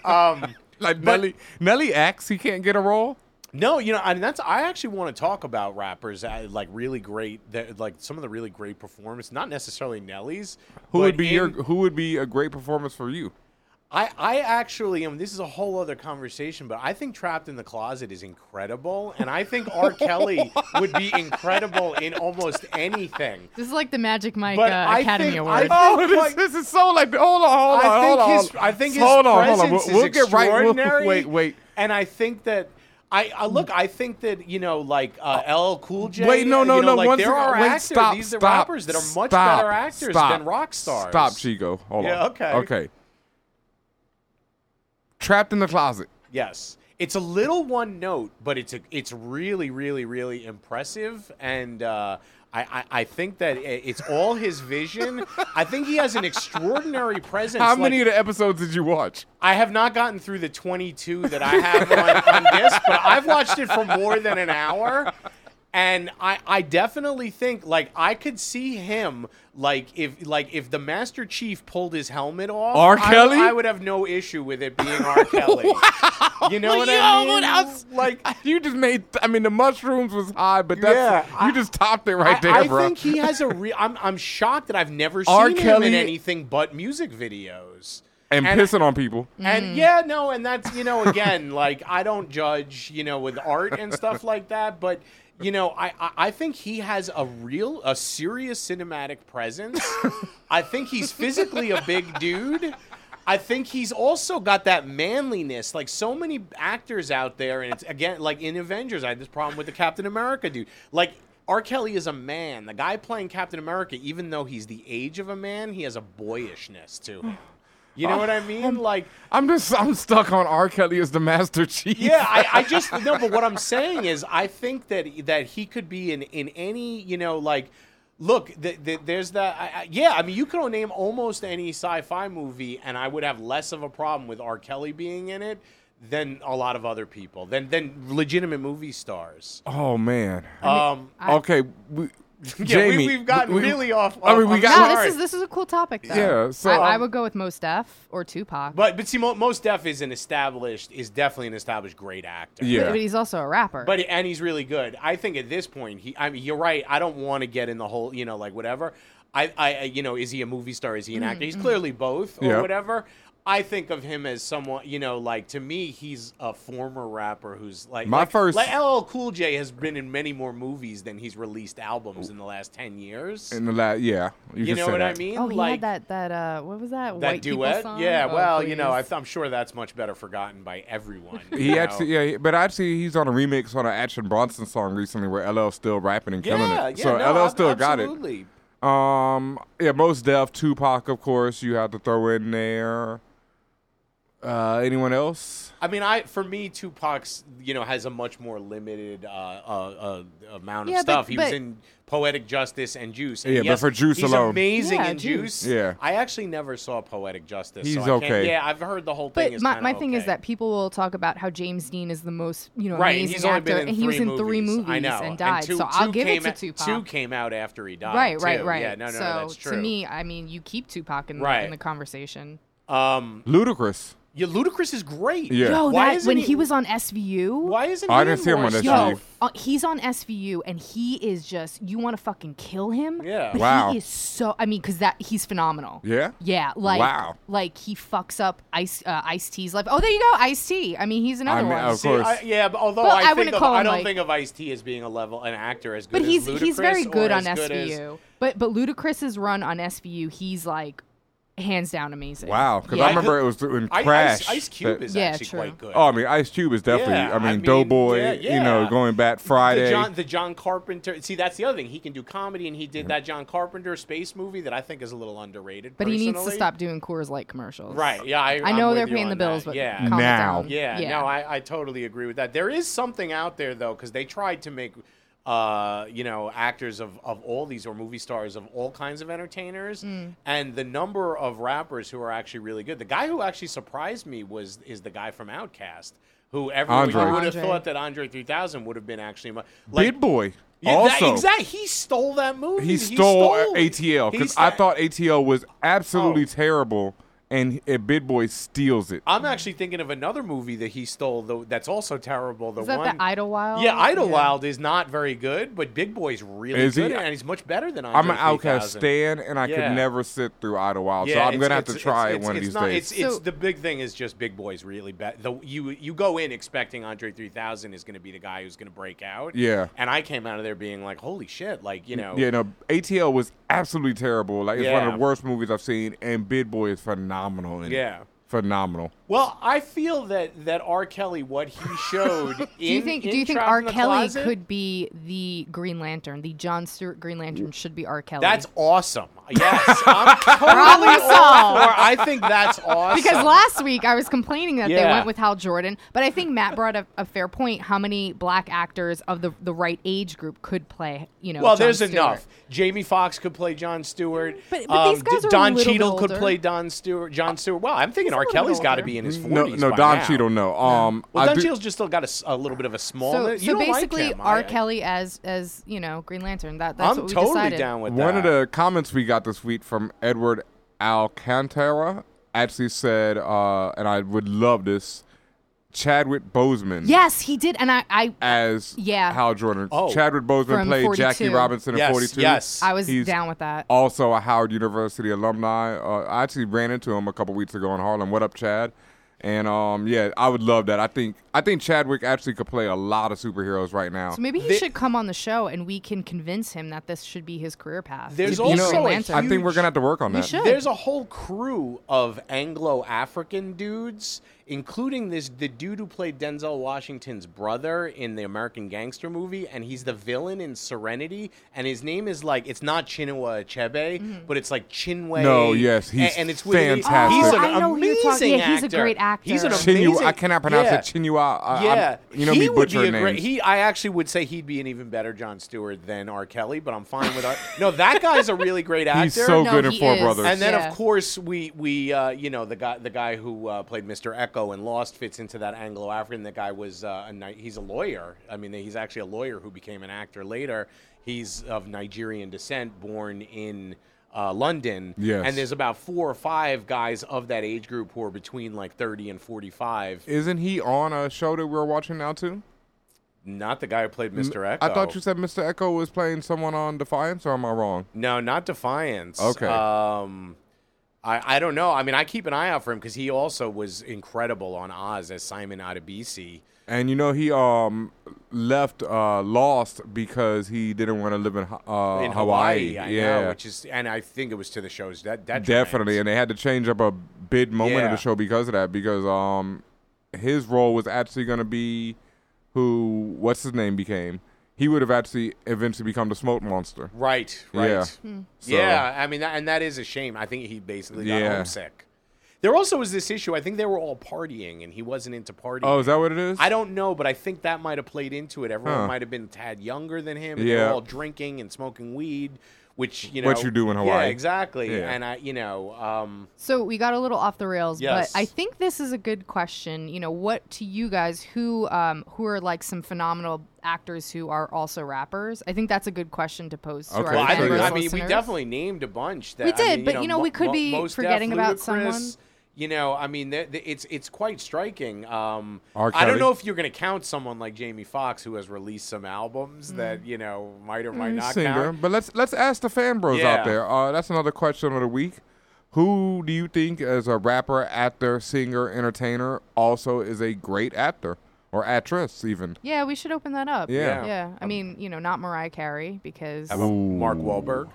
um,
Like
But-
Nelly, Nelly acts. He can't get a role.
no, you know, and that's I actually want to talk about rappers uh, like really great, that like some of the really great performers. Not necessarily Nelly's.
Who would
but
be your?
in-
Who would be a great performance for you?
I, I actually am. This is a whole other conversation, but I think Trapped in the Closet is incredible, and I think R. Kelly would be incredible in almost anything.
This is like the Magic Mike uh,
But I
Academy
think-
Award.
I
Oh,
think,
this,
like-
this is so like. Hold on, hold on,
I
hold
think
on.
his I think his
hold on,
presence
hold on. We'll,
is
we'll get right. we'll-
extraordinary.
wait, wait.
And I think that I, I look. I think that you know, like uh, L. Cool J.
Wait, no,
you
no,
know,
no.
Like,
one
there
second.
are
Wait,
actors.
stop,
these
stop,
are rappers that are much
stop,
better actors
stop,
than rock stars.
Stop, Chico. Hold
Yeah,
on.
okay.
Okay. Trapped in the closet.
Yes, it's a little one note, but it's a, it's really, really, really impressive, and uh, I, I I think that i- it's all his vision. I think he has an extraordinary presence.
How
like-
many of the episodes did you watch?
I have not gotten through the 22 that I have on, on disc, but I've watched it for more than an hour. And I, I definitely think like I could see him like if like if the Master Chief pulled his helmet off,
R.
I-
Kelly?
I, would have no issue with it being R. Kelly. You know what I
Yo,
mean?
that's-
like
You just made. I mean, the mushrooms was high, but that's
Yeah, I-
you just topped it right
I,
there,
I
bro.
think he has a real. I'm I'm shocked that I've never
R.
seen him in
Kelly-
anything but music videos.
and,
and-
pissing on people.
And yeah, no, and that's you know again, like I don't judge, you know, with art and stuff like that, but you know, I I, I think he has a real a serious cinematic presence. I think he's physically a big dude. I think he's also got that manliness, like so many actors out there, and it's again like in Avengers. I had this problem with the Captain America dude, like. R. Kelly is a man. The guy playing Captain America, even though he's the age of a man, he has a boyishness to him. You know what I mean? Like,
I'm just. I'm stuck on R. Kelly as the Master Chief.
yeah, I, I just no. But what I'm saying is, I think that that he could be in in any you know like. Look, th- th- there's that. I, I, yeah, I mean, you could name almost any sci-fi movie, and I would have less of a problem with R. Kelly being in it than a lot of other people, than than legitimate movie stars.
Oh man.
Um,
okay. We,
yeah,
Jamie,
we, we've gotten
we-
really off.
I mean, we
I'm
got-
no,
sorry.
this is this is a cool topic though.
Yeah, so,
I, I
um,
would go with Most Def or Tupac.
But but see, Mo- most Def is an established is definitely an established great actor.
Yeah.
but he's also a rapper.
But and he's really good. I think at this point, he. I mean, you're right. I don't want to get in the whole, you know, like whatever. I, I, I- you know, is he a movie star? Is he
Mm-hmm,
an actor? He's clearly both, or
Yeah.
whatever. I think of him as someone, you know, like to me, he's a former rapper who's like
My
like-
first-
Like LL Cool J has been in many more movies than he's released albums in the last ten years.
in the last. Yeah. You,
you
can
know
say
what I
that.
mean?
oh, he
like
had that that uh, what was that?
that
White people
duet.
song?
Yeah.
Oh,
well, you know, I,
please.
I'm sure that's much better forgotten by everyone. you
He
know?
actually, yeah, he- but actually, he's on a remix on an Action Bronson song recently where LL's still rapping and
yeah,
killing
yeah.
it. so
no,
LL
ab-
still
absolutely.
got it. Um, yeah, most Def, Tupac, of course, you have to throw in there. Uh, anyone else?
I mean, I for me, Tupac's you know has a much more limited uh, uh, uh, amount of
Yeah, but-
stuff. he was
but-
in Poetic Justice and Juice. And
Yeah, but for Juice
he's
alone.
amazing
Yeah,
in Juice.
Juice.
Yeah.
I actually never saw Poetic Justice.
He's
so I can't-
okay.
Yeah, I've heard the whole thing.
But
is
my,
kinda
my thing is
okay.
that people will talk about how James Dean is the most you know
right, and
amazing
he's only
actor,
been in
and
three
he was in three movies
I know.
and died.
two,
so I'll
two
give
came
it to
out-
Tupac.
Two came out after he died.
right, right,
too.
right.
Yeah, no, no,
so
no, that's true.
to me, I mean, you keep Tupac in, the,
Right.
in the conversation.
um,
Ludacris.
yeah, Ludacris is great.
Yeah.
Yo,
why
that
isn't
when
he,
he, was on SVU,
Why isn't
I
he
didn't
in
see him
more
on this
stuff?
show.
yo, uh, he's on SVU, and he is just you want to fucking kill him.
Yeah.
but
Wow.
He is so. I mean, because that he's phenomenal.
Yeah?
Yeah, like
Wow.
like he fucks up Ice uh, Ice T's life. Oh, there you go, Ice T. I mean, he's another
mean,
one.
of
See,
course.
I, yeah, but although
Well, I
I, think
wouldn't
of,
call
I
him,
don't
like-
think of Ice T as being a level an actor as good.
but he's
as
he's very
Ludacris
good
or
on
as good as-
SVU. But but Ludacris's run on SVU, he's like hands down amazing.
Wow, because
Yeah.
I remember it was in
I- Ice,
Crash.
Ice Cube
that-
is
Yeah,
actually
true.
quite good.
Oh, I mean, Ice Cube is definitely.
Yeah,
I mean,
I mean,
Doughboy.
yeah,
You know,
yeah.
going back Friday.
The John, the John Carpenter. See, that's the other thing. He can do comedy, and he did that John Carpenter space movie that I think is a little underrated.
But he needs to
personally.
stop doing Coors Light commercials.
Right. Yeah. I,
I
I'm
know
with
they're
you
paying
on
the bills,
that.
but
yeah.
calm it
Now.
down.
Yeah, no, I, I totally agree with that. There is something out there though, because they tried to make, uh, you know, actors of, of all these or movie stars of all kinds of entertainers,
Mm.
and the number of rappers who are actually really good. The guy who actually surprised me was is the guy from Outkast. who everyone
Andre.
you would have
Andre.
thought that Andre 3000 would have been actually mu-
Big boy.
Yeah,
also,
that, exactly. He stole that movie.
he stole
it.
ATL
He
because
sta-
I thought ATL was absolutely
Oh.
terrible, and uh, Big Boy steals it.
I'm actually thinking of another movie that he stole though that's also terrible. The
Is that
one
the Idlewild?
Yeah, Idlewild is not very good, but Big Boy's really
Is he-
good, and he's much better than Andre
I'm an outcast
3000.
stan, and I
Yeah.
could never sit through Idlewild,
Yeah,
so I'm
it's-
gonna have to
it's-
try
it's-
it one
it's
of these
not- It's,
days.
it's
So-
the big thing is just Big Boy's really bad. The you you go in expecting Andre 3000 is going to be the guy who's going to break out.
Yeah.
and I came out of there being like, holy shit! Like you know,
yeah, no, ATL was absolutely terrible. Like it's one of
Oh. Yeah.
the worst movies I've seen, and Big Boy is phenomenal. In it.
Yeah.
phenomenal.
Well, I feel that that R. Kelly, what he showed. in,
Do you think
in
Do you think
Trapped
R.
in the
Kelly
Closet,
could be the Green Lantern? The John Stewart Green Lantern should be R. Kelly.
Mm. That's awesome. Yes, I'm totally
Problem
all
solved.
for- I think that's awesome.
because last week I was complaining that they
Yeah.
went with Hal Jordan, but I think Matt brought up a fair point. How many black actors of the the right age group could play? You know,
well,
Jon
there's
Stewart?
enough. Jamie Foxx could play John Stewart.
But- but these guys
D-
are a
Don
little bit
Cheadle could
older.
play Don Stewart. John Stewart. Well, I'm thinking
He's a
R.
little bit
Kelly's got to
older.
be in his 40s.
No, no,
by
Don
now.
Cheadle, no. Um,
Well,
I
Don
do-
Cheadle's just still got a, s- a little bit of a small.
So,
you
so
don't like
basically,
him,
R.
I-
Kelly as as you know Green Lantern. That that's
I'm
what we
totally
decided.
down with
One
that.
of the comments we got this week from Edward Alcantara actually said, uh, and I would love this Chadwick Boseman
Yes, he did, and I I,
as
Yeah.
Hal Jordan.
Oh.
Chadwick Boseman
From
played
42.
Jackie Robinson in
Yes,
42.
yes.
I was
He's
down with that.
Also, a Howard University alumni. Uh, I actually ran into him a couple weeks ago in Harlem. What up, Chad? And um, yeah, I would love that. I think I think Chadwick actually could play a lot of superheroes right now.
So maybe he
The-
should come on the show, and we can convince him that this should be his career path.
There's
to be
also
Green
a
Lantern.
I think we're gonna have to work on
We
that.
should.
There's a whole crew of Anglo-African dudes, including this the dude who played Denzel Washington's brother in the American Gangster movie, and he's the villain in Serenity. And his name is like it's not Chinua Achebe, but it's like Chinwe.
No, yes, he's
a- and it's with-
fantastic.
He's an
Mm-hmm. Oh, I know who you're
amazing
talking- yeah, he's a
actor.
great
He's an
actor.
amazing.
Chinua, I cannot pronounce
yeah.
it. Chinua. I,
Yeah,
I, you know
he
me
would be
butchering
a
names.
great. He, I actually would say he'd be an even better John Stewart than R. Kelly, but I'm fine with R. no, that guy's a really great actor.
He's so
No,
good in
he
Four
is.
Brothers.
And then,
Yeah.
of course, we we uh, you know the guy the guy who uh, played Mr. Echo and Lost fits into that Anglo African. The guy was uh, a Ni- he's a lawyer. I mean, he's actually a lawyer who became an actor later. He's of Nigerian descent, born in. Uh, London,
Yes.
and there's about four or five guys of that age group who are between like 30 and 45.
Isn't he on a show that we're watching now too?
Not the guy who played Mr. Echo.
I thought you said Mr. Echo was playing someone on Defiance, or am I wrong?
No, not Defiance.
Okay.
Um, I, I don't know. I mean, I keep an eye out for him because he also was incredible on Oz as Simon Adebisi.
And you know he um left uh Lost because he didn't want to live in Ho- uh,
in Hawaii, I
yeah,
know, which is, and I think it was to the show's that detriment.
definitely. And they had to change up a big moment of
Yeah.
the show because of that. Because um his role was actually going to be who what's his name became. He would have actually eventually become the Smoke Monster.
right, right,
Yeah.
yeah.
So-
I mean, that, and that is a shame. I think he basically got
Yeah.
homesick. There also was this issue. I think they were all partying, and he wasn't into partying.
Oh, is that what it is?
I don't know, but I think that might have played into it. Everyone
Huh.
might have been a tad younger than him. and They
Yeah.
were all drinking and smoking weed, which you know
What you do in
Yeah,
Hawaii.
exactly.
Yeah.
And I, you know, um,
So we got a little off the rails,
Yes.
but I think this is a good question. You know, what to you guys who um, who are like some phenomenal actors who are also rappers? I think that's a good question to pose to
Okay,
our
well, I,
so
think,
yeah.
I
members,
mean, we
listeners.
definitely named a bunch. That
We
I
did,
mean,
but, you know, we could
Mo-
be
Mos Def,
forgetting about
Ludacris,
someone.
You know, I mean, th- th- it's it's quite striking. Um,
R.
I
Kelly.
don't know if you're going to count someone like Jamie Foxx, who has released some albums
Hmm.
that you know might or might not
Hmm, singer.
count.
But let's let's ask the fan bros out
Yeah.
there. Uh, that's another question of the week. Who do you think, as a rapper, actor, singer, entertainer, also is a great actor or actress? Even
Yeah, we should open that up.
Yeah.
yeah. I mean, you know, not Mariah Carey because
How about Mark Wahlberg.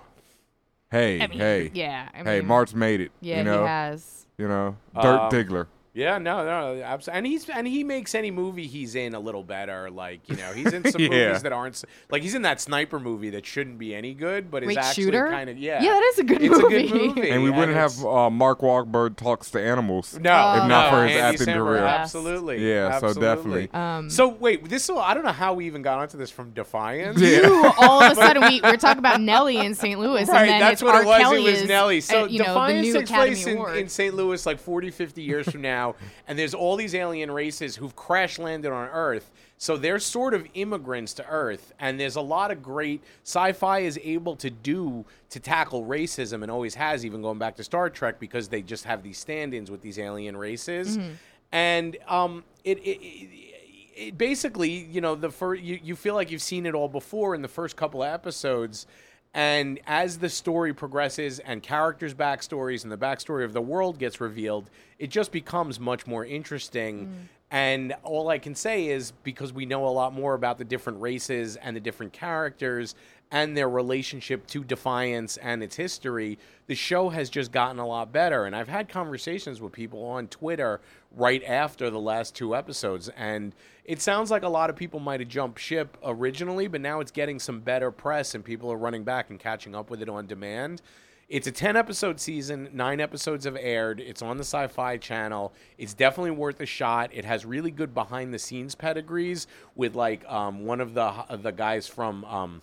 hey,
I mean,
hey,
yeah, I
hey,
mean,
Mart's made it.
yeah,
you know,
he has.
you know, Dirt
Um,
Diggler.
Yeah, no, no, absolutely. And he's and he makes any movie he's in a little better. Like you know, he's in some
Yeah.
movies that aren't s- like he's in that sniper movie that shouldn't be any good, but is
Wait,
actually
Shooter?
kind of yeah.
Yeah, that is a good
it's
movie.
a good movie,
And we wouldn't
it's-
have uh, Mark Wahlberg talks to animals.
no,
if not
no,
for his
Andy
acting
Samberg,
career.
Absolutely,
Yeah, so
absolutely.
definitely.
Um,
so wait, this is, I don't know how we even got onto this from Defiance.
Yeah.
you all of a sudden we, we're talking about Nelly in St. Louis,
Right,
and then
that's
it's
what
R.
it was.
Kelly
it was
is,
Nelly. So
uh, you know, the
Defiance
new
takes
Academy
place in,
Award.
in St. Louis like 40, 50 years from now, now, and there's all these alien races who've crash landed on Earth. So they're sort of immigrants to Earth, and there's a lot of great sci-fi is able to do to tackle racism, and always has, even going back to Star Trek, because they just have these stand-ins with these alien races,
Mm-hmm.
and um, it, it, it it basically, you know, the first you, you feel like you've seen it all before in the first couple of episodes, and as the story progresses and characters' backstories and the backstory of the world gets revealed, it just becomes much more interesting. And all I can say is because we know a lot more about the different races and the different characters and their relationship to Defiance and its history, the show has just gotten a lot better. And I've had conversations with people on Twitter right after the last two episodes. And it sounds like a lot of people might have jumped ship originally, but now it's getting some better press and people are running back and catching up with it on demand. It's a 10 episode season. Nine episodes have aired. It's on the Sci Fi channel. It's definitely worth a shot. It has really good behind the scenes pedigrees with like um, one of the, the guys from um,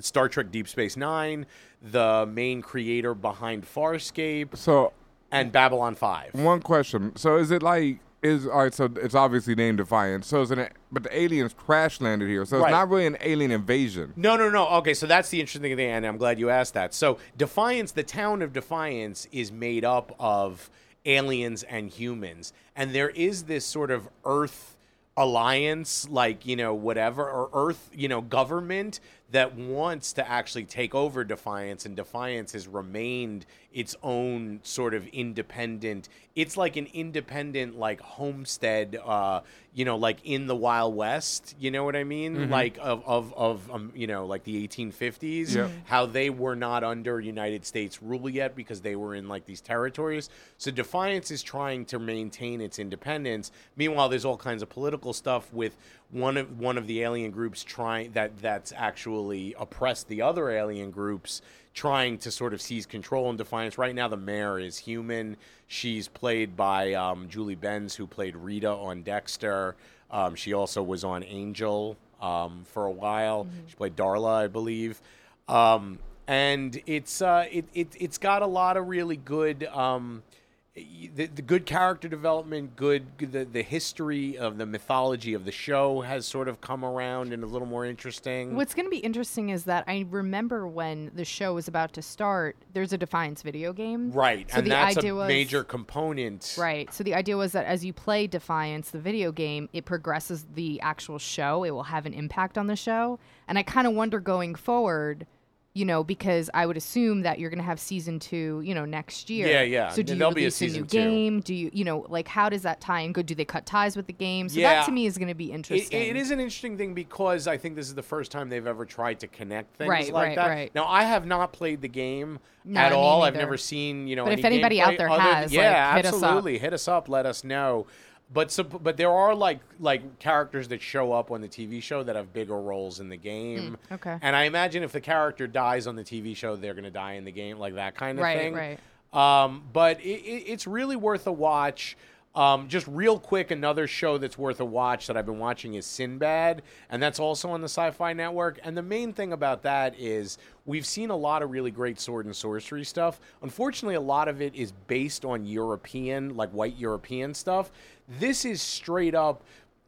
Star Trek Deep Space Nine, the main creator behind Farscape,
So
and Babylon 5.
One question. So is it like is all right? So it's obviously named Defiance. So it's an but the aliens crash landed here. So it's
Right.
not really an alien invasion.
No, no, no. Okay, so that's the interesting thing, and I'm glad you asked that. So, Defiance, the town of Defiance, is made up of aliens and humans, and there is this sort of Earth alliance, like you know, whatever, or Earth, you know, government that wants to actually take over Defiance, and Defiance has remained its own sort of independent. It's like an independent, like homestead, uh, you know, like in the Wild West. You know what I mean? Like of of of um, you know, like the 1850s.
Yep.
How they were not under United States rule yet because they were in like these territories. So Defiance is trying to maintain its independence. Meanwhile, there's all kinds of political stuff with one of one of the alien groups trying that that's actually oppressed the other alien groups trying to sort of seize control and defiance. Right now, the mayor is human. She's played by um, Julie Benz, who played Rita on Dexter. Um, she also was on Angel um, for a while.
Mm-hmm.
She played Darla, I believe. Um, and it's uh, it, it it's got a lot of really good. Um, the, the good character development, good the, the history of the mythology of the show has sort of come around and a little more interesting.
What's going to be interesting is that I remember when the show was about to start, there's a Defiance video game.
Right,
So
and
the
that's
idea
a
was-
major component.
Right. So the idea was that as you play Defiance, the video game, it progresses the actual show. It will have an impact on the show. And I kind of wonder going forward, you know, because I would assume that you're going to have season two, you know, next year.
Yeah, yeah.
So do you
There'll be a
release a,
season
new
two.
game? Do you, you know, like how does that tie in? Good. Do they cut ties with the game? So
Yeah.
that to me is going to be
It,
interesting.
it is an interesting thing because I think this is the first time they've ever tried to connect things
Right,
like
right,
that.
right.
Now I have not played the game
No,
at
me
all. I've
neither.
never seen you know.
But
any
if anybody
gameplay
out there
other than-
has, like,
yeah,
hit us up.
absolutely, hit us up. Let us know. But so, but there are like like characters that show up on the TV show that have bigger roles in the game.
Hmm, okay.
And I imagine if the character dies on the TV show, they're going to die in the game, like that kind of
Right,
thing.
right.
Um, but it, it, it's really worth a watch. Um, just real quick, another show that's worth a watch that I've been watching is Sinbad, and that's also on the Sci Fi Network. And the main thing about that is we've seen a lot of really great sword and sorcery stuff. Unfortunately, a lot of it is based on European, like white European stuff. This is straight up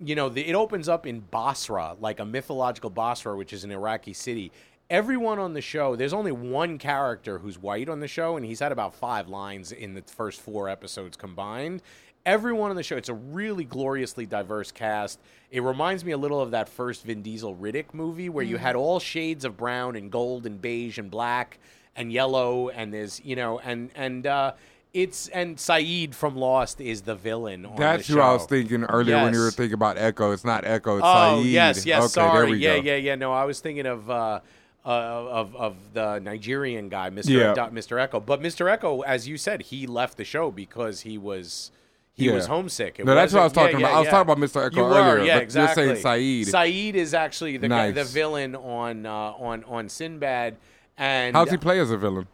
you know, the, it opens up in Basra, like a mythological Basra, which is an Iraqi city. Everyone on the show, there's only one character who's white on the show, and he's had about five lines in the first four episodes combined. Everyone on the show, it's a really gloriously diverse cast. It reminds me a little of that first Vin Diesel Riddick movie where
Mm-hmm.
you had all shades of brown and gold and beige and black and yellow, and there's, you know, and, and, uh, it's and Saeed from Lost is the villain. On
That's
the
who I
show.
was thinking earlier when you were
Yes.
thinking about Echo. It's not Echo. It's
Oh
Saeed.
yes, yes.
Okay,
sorry.
There we
yeah,
go.
yeah, yeah. No, I was thinking of uh, uh, of of the Nigerian guy, Mr.
Yeah.
Dot Mr. Echo. But Mr. Echo, as you said, he left the show because he was he
Yeah.
was homesick. It
No, that's what I was
wasn't-
talking about. I was talking about Mr. Echo
You were,
earlier,
yeah,
but you're
exactly.
saying Saeed.
Saeed is actually the guy, the
Nice.
villain on uh, on on Sinbad. And
How's he play as a villain?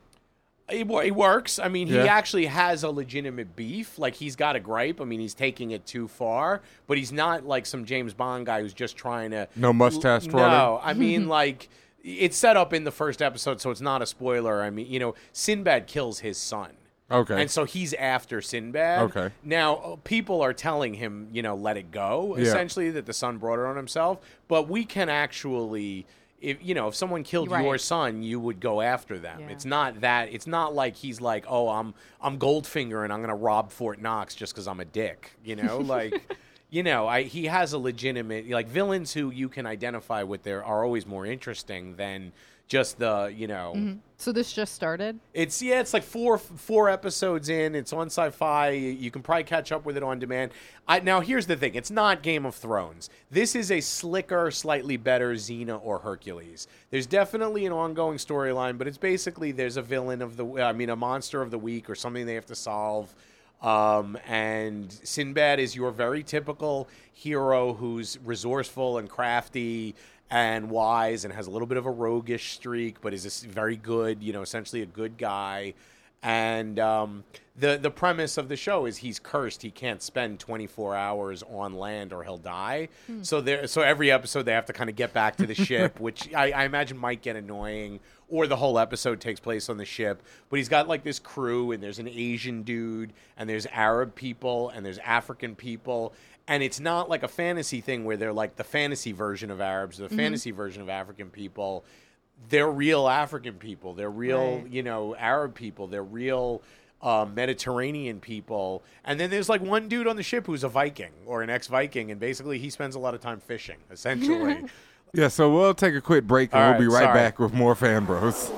it, wor- it works. I mean, he
Yeah.
actually has a legitimate beef. Like he's got a gripe. I mean, he's taking it too far, but he's not like some James Bond guy who's just trying to
No mustache
L-
twirling?
No, I mean like it's set up in the first episode, so it's not a spoiler. I mean, you know, Sinbad kills his son.
Okay.
And so he's after Sinbad.
Okay.
Now, uh, people are telling him, you know, let it go,
Yeah.
essentially, that the son brought it on himself. But we can actually. If you know, if someone killed
Right.
your son, you would go after them.
Yeah.
It's not that. It's not like he's like, oh, I'm I'm Goldfinger and I'm gonna rob Fort Knox just because I'm a dick. You know, like, you know, I he has a legitimate like villains who you can identify with. There are always more interesting than just the you know
So this just started.
it's yeah, it's like four four episodes in. It's on Sci-Fi. You can probably catch up with it on demand. I, now here's the thing: it's not Game of Thrones. This is a slicker, slightly better Xena or Hercules. There's definitely an ongoing storyline, but it's basically there's a villain of the, I mean, a monster of the week or something they have to solve. Um, and Sinbad is your very typical hero who's resourceful and crafty and wise and has a little bit of a roguish streak, but is this very good, you know, essentially a good guy. And um, the the premise of the show is he's cursed. He can't spend 24 hours on land or he'll die. So there, so every episode they have to kind of get back to the ship, which I, I imagine might get annoying. Or the whole episode takes place on the ship, but he's got like this crew, and there's an Asian dude, and there's Arab people, and there's African people, and it's not like a fantasy thing where they're like the fantasy version of Arabs, the
Mm-hmm.
fantasy version of African people. They're real African people. They're real,
Right.
you know, Arab people. They're real uh, Mediterranean people. And then there's like one dude on the ship who's a Viking or an ex-Viking, and basically he spends a lot of time fishing, essentially.
Yeah, so we'll take a quick break and
All
we'll be
right,
right
sorry.
back with more Fan Bros.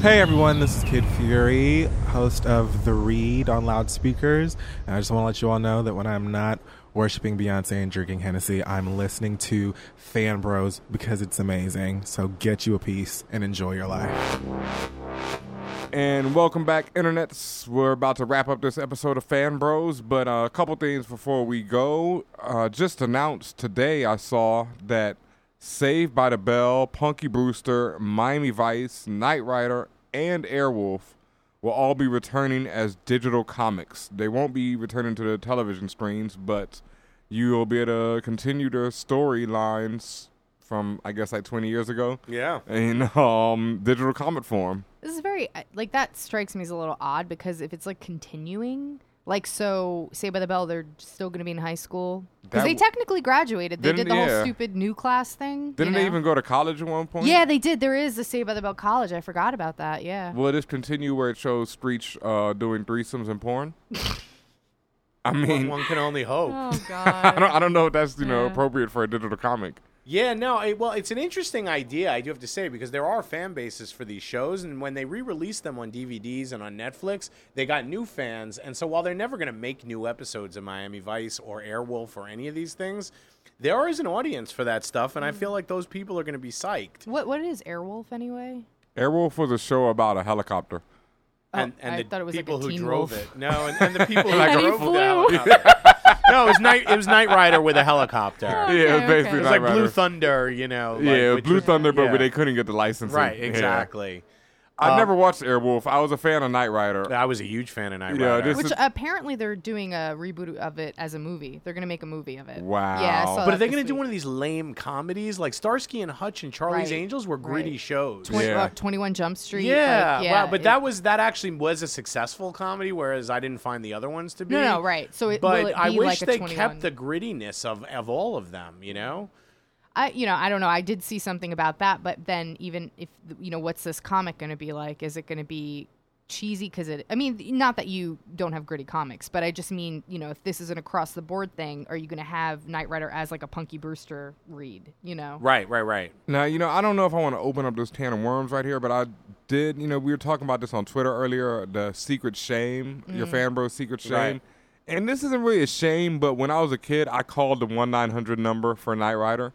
Hey everyone, this is Kid Fury, host of The Read on loudspeakers. And I just want to let you all know that when I'm not worshiping Beyonce and drinking Hennessy, I'm listening to Fan Bros because it's amazing. So get you a piece and enjoy your life.
And welcome back, internets. We're about to wrap up this episode of Fan Bros, but uh, a couple things before we go. Uh, just announced today, I saw that Saved by the Bell, Punky Brewster, Miami Vice, Knight Rider, and Airwolf will all be returning as digital comics. They won't be returning to the television screens, but you'll be able to continue their storylines from, I guess, like 20 years ago
yeah.
in um, digital comic form.
This is very I- like that strikes me as a little odd because if it's like continuing, like so, say by the bell, they're still going to be in high school because
That
they
w-
technically graduated. They did
Didn't-
the
yeah.
whole stupid new class thing. you
Didn't
know?
they even go to college at one point?
Yeah, they did. There is a Saved by the Bell College. I forgot about that. Yeah.
Will this continue where it shows Screech uh, doing threesomes and porn? I mean,
One can only hope.
Oh
I
God.
don't, I don't know if that's you know
Yeah.
appropriate for a digital comic.
Yeah, no, I, well, it's an interesting idea, I do have to say, because there are fan bases for these shows, and when they re-release them on DVDs and on Netflix, they got new fans, and so while they're never going to make new episodes of Miami Vice or Airwolf or any of these things, there is an audience for that stuff, and I feel like those people are going to be psyched.
What what is Airwolf anyway?
Airwolf was a show about a helicopter.
Oh,
And, and
I
the
thought it was like
people
a
who
Teen
drove
Wolf.
it, no, and, and the people who
And he
drove
flew.
the helicopter. no, it was night. It was Night Rider with a helicopter.
Okay,
yeah, it was
okay.
basically
It was
Knight
like
Rider.
Blue Thunder, you know. like,
yeah,
which
Blue
was-
Thunder, but
yeah.
they couldn't get the license.
Right, Uh, exactly.
I never watched Airwolf. I was a fan of Knight Rider.
I was a huge fan of Night
Yeah,
Rider.
this
Which
is-
apparently they're doing a reboot of it as a movie. They're gonna make a movie of it.
Wow.
Yeah. I
But
saw
But
that
are they
this
going to do
week.
one of these lame comedies like Starsky and Hutch and Charlie's
Right.
Angels were gritty
Right.
shows?
Twen-
Yeah.
uh, 21 Jump Street.
Yeah,
like,
wow. But
it-
that was that actually was a successful comedy, whereas I didn't find the other ones to be.
No, no, right. So it
But
will it
I
be
wish
like a
they
21?
kept the grittiness of of all of them. You know,
I, you know, I don't know. I did see something about that, but then even if you know, what's this comic going to be like? Is it going to be cheesy? Because it, I mean, not that you don't have gritty comics, but I just mean, you know, if this is an across the board thing, are you going to have Knight Rider as like a Punky Brewster read? You know,
right, right, right.
Now, you know, I don't know if I want to open up this can of worms right here, but I did, you know, we were talking about this on Twitter earlier, the secret shame, your fan bro secret shame.
Mm. Right.
And this isn't really a shame, but when I was a kid, I called the 1 900 number for Knight Rider.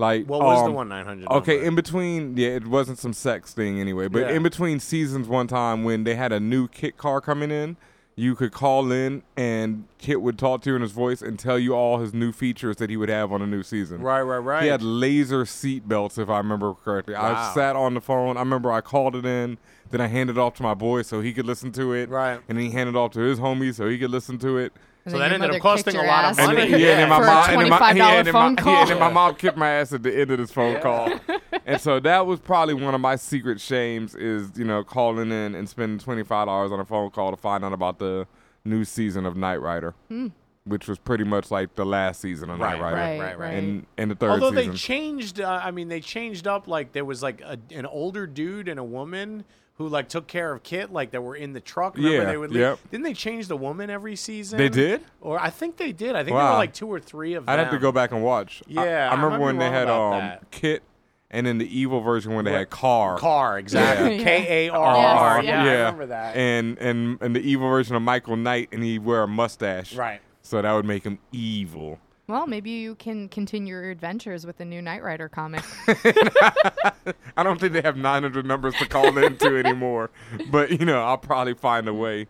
Like,
What was the
um,
1-900
Okay,
number?
in between, yeah, it wasn't some sex thing anyway, but
Yeah.
in between seasons, one time when they had a new Kit car coming in, you could call in and Kit would talk to you in his voice and tell you all his new features that he would have on a new season.
Right, right, right.
He had laser seat belts, if I remember correctly. I
Wow.
sat on the phone. I remember I called it in, then I handed it off to my boy so he could listen to it.
Right.
And then he handed it off to his homie so he could listen to it.
And
So
then
that
your
ended up
mother
costing
kicked
a
your
lot of
ass.
And
money.
then, yeah, and then my
For a
mom, and then my,
$25
yeah, and then my,
phone
yeah, and then my
call.
mom kicked my ass at the end of this phone call. and so that was probably one of my secret shames is you know calling in and spending twenty five dollars on a phone call to find out about the new season of Knight Rider, which was pretty much like the last season of Knight
Right,
Rider,
Hmm. right, right, right.
and and the third
Although
season.
they changed, uh, I mean, they changed up. Like there was like a, an older dude and a woman who like took care of Kit, like that were in the truck. Remember
Yeah,
they would leave.
yep.
Didn't they change the woman every season?
They did?
or I think they did. I think there
Wow.
were like two or three of them.
I'd have to go back and watch. I-
Yeah,
I,
I
remember
might be
when they
wrong
had
about
um
that.
Kit, and then the evil version when they had Car.
Car exactly.
Yeah.
K A R R.
Yes, yeah.
Yeah, I remember that.
And and and the evil version of Michael Knight, and he wear a mustache.
Right.
So that would make him evil.
Well, maybe you can continue your adventures with the new Knight Rider comic.
I don't think they have 900 numbers to call into anymore, but you know I'll probably find a way.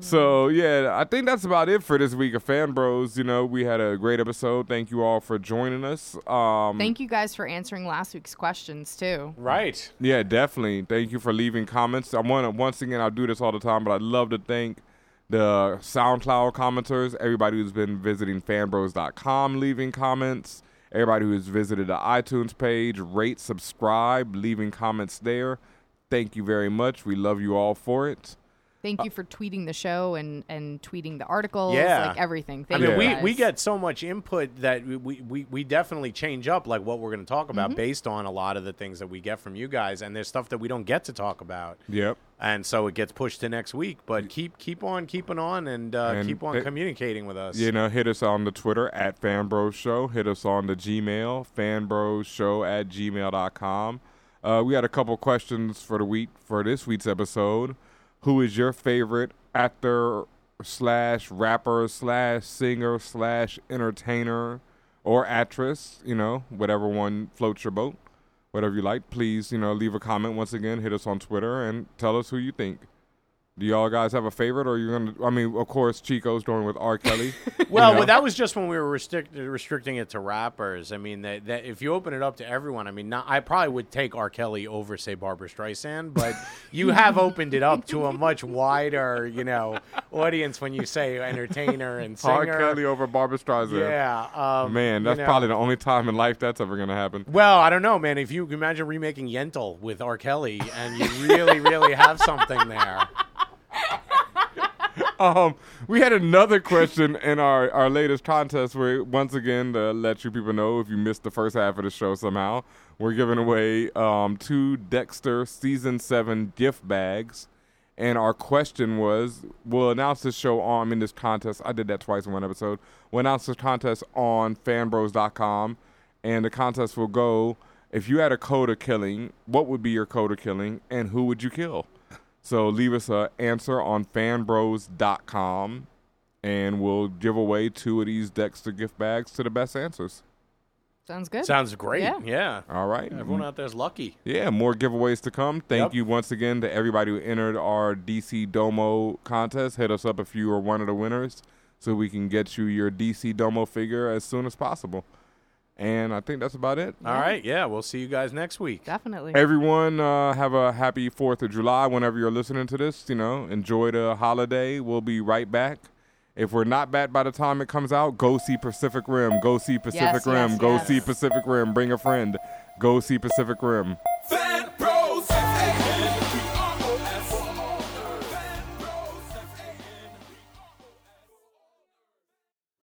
So yeah, I think that's about it for this week of Fan Bros. You know we had a great episode. Thank you all for joining us. Um,
Thank you guys for answering last week's questions too.
right.
Yeah, definitely. Thank you for leaving comments. I want to once again, I do this all the time, but I'd love to thank the SoundCloud commenters, everybody who's been visiting fanbros.com, leaving comments, everybody who's visited the iTunes page, rate, subscribe, leaving comments there. Thank you very much. We love you all for it.
Uh,
Thank you for tweeting the show and and tweeting the articles,
Yeah.
like everything.
I
Thank
mean,
you
we,
guys.
we get so much input that we, we, we definitely change up like what we're going to talk
Mm-hmm.
about based on a lot of the things that we get from you guys, and there's stuff that we don't get to talk about.
Yep.
and so it gets pushed to next week. But keep keep on keeping on and, uh,
And
keep on
it-
communicating with us.
You know, hit us on the Twitter at Fanbros Show. Hit us on the Gmail, fanbroshow at gmail.com. Uh, we had a couple questions for the week for this week's episode. Who is your favorite actor slash rapper slash singer slash entertainer or actress? You know, whatever one floats your boat, whatever you like. Please, you know, leave a comment once again. Hit us on Twitter and tell us who you think. Do y'all guys have a favorite, or you're gonna? I mean, of course, Chico's doing with R. Kelly.
Well,
you know?
well, that was just when we were restrict- restricting it to rappers. I mean, that, that if you open it up to everyone, I mean, not, I probably would take R. Kelly over, say, Barbara Streisand, but you have opened it up to a much wider, you know, audience when you say entertainer and singer.
R. Kelly over Barbara Streisand.
Yeah, um,
Man,
you
that's
know.
probably the only time in life that's ever gonna happen.
Well, I don't know, man. If you imagine remaking Yentl with R. Kelly, and you really, really have something there.
Um, we had another question in our, our latest contest where, once again, to let you people know if you missed the first half of the show somehow, we're giving away um, two Dexter Season 7 gift bags. And our question was we'll announce this show on, I mean, this contest. I did that twice in one episode. We'll announce this contest on fanbros.com. And the contest will go if you had a code of killing, what would be your code of killing, and who would you kill? So leave us a answer on fanbros.com and we'll give away two of these Dexter gift bags to the best answers.
sounds good.
Sounds great.
Yeah.
yeah.
All right.
Everyone out there's lucky.
Yeah, more giveaways to come. Thank
Yep.
you once again to everybody who entered our DC Domo contest. Hit us up if you are one of the winners so we can get you your DC Domo figure as soon as possible. And I think that's about it.
All right, yeah, we'll see you guys next week.
Definitely.
Everyone, uh, have a happy 4th of July whenever you're listening to this. You know, enjoy the holiday. We'll be right back. If we're not back by the time it comes out, go see Pacific Rim. Go see Pacific
Yes,
Rim.
yes,
go
yes.
see Pacific Rim. Bring a friend. Go see Pacific Rim.
Fan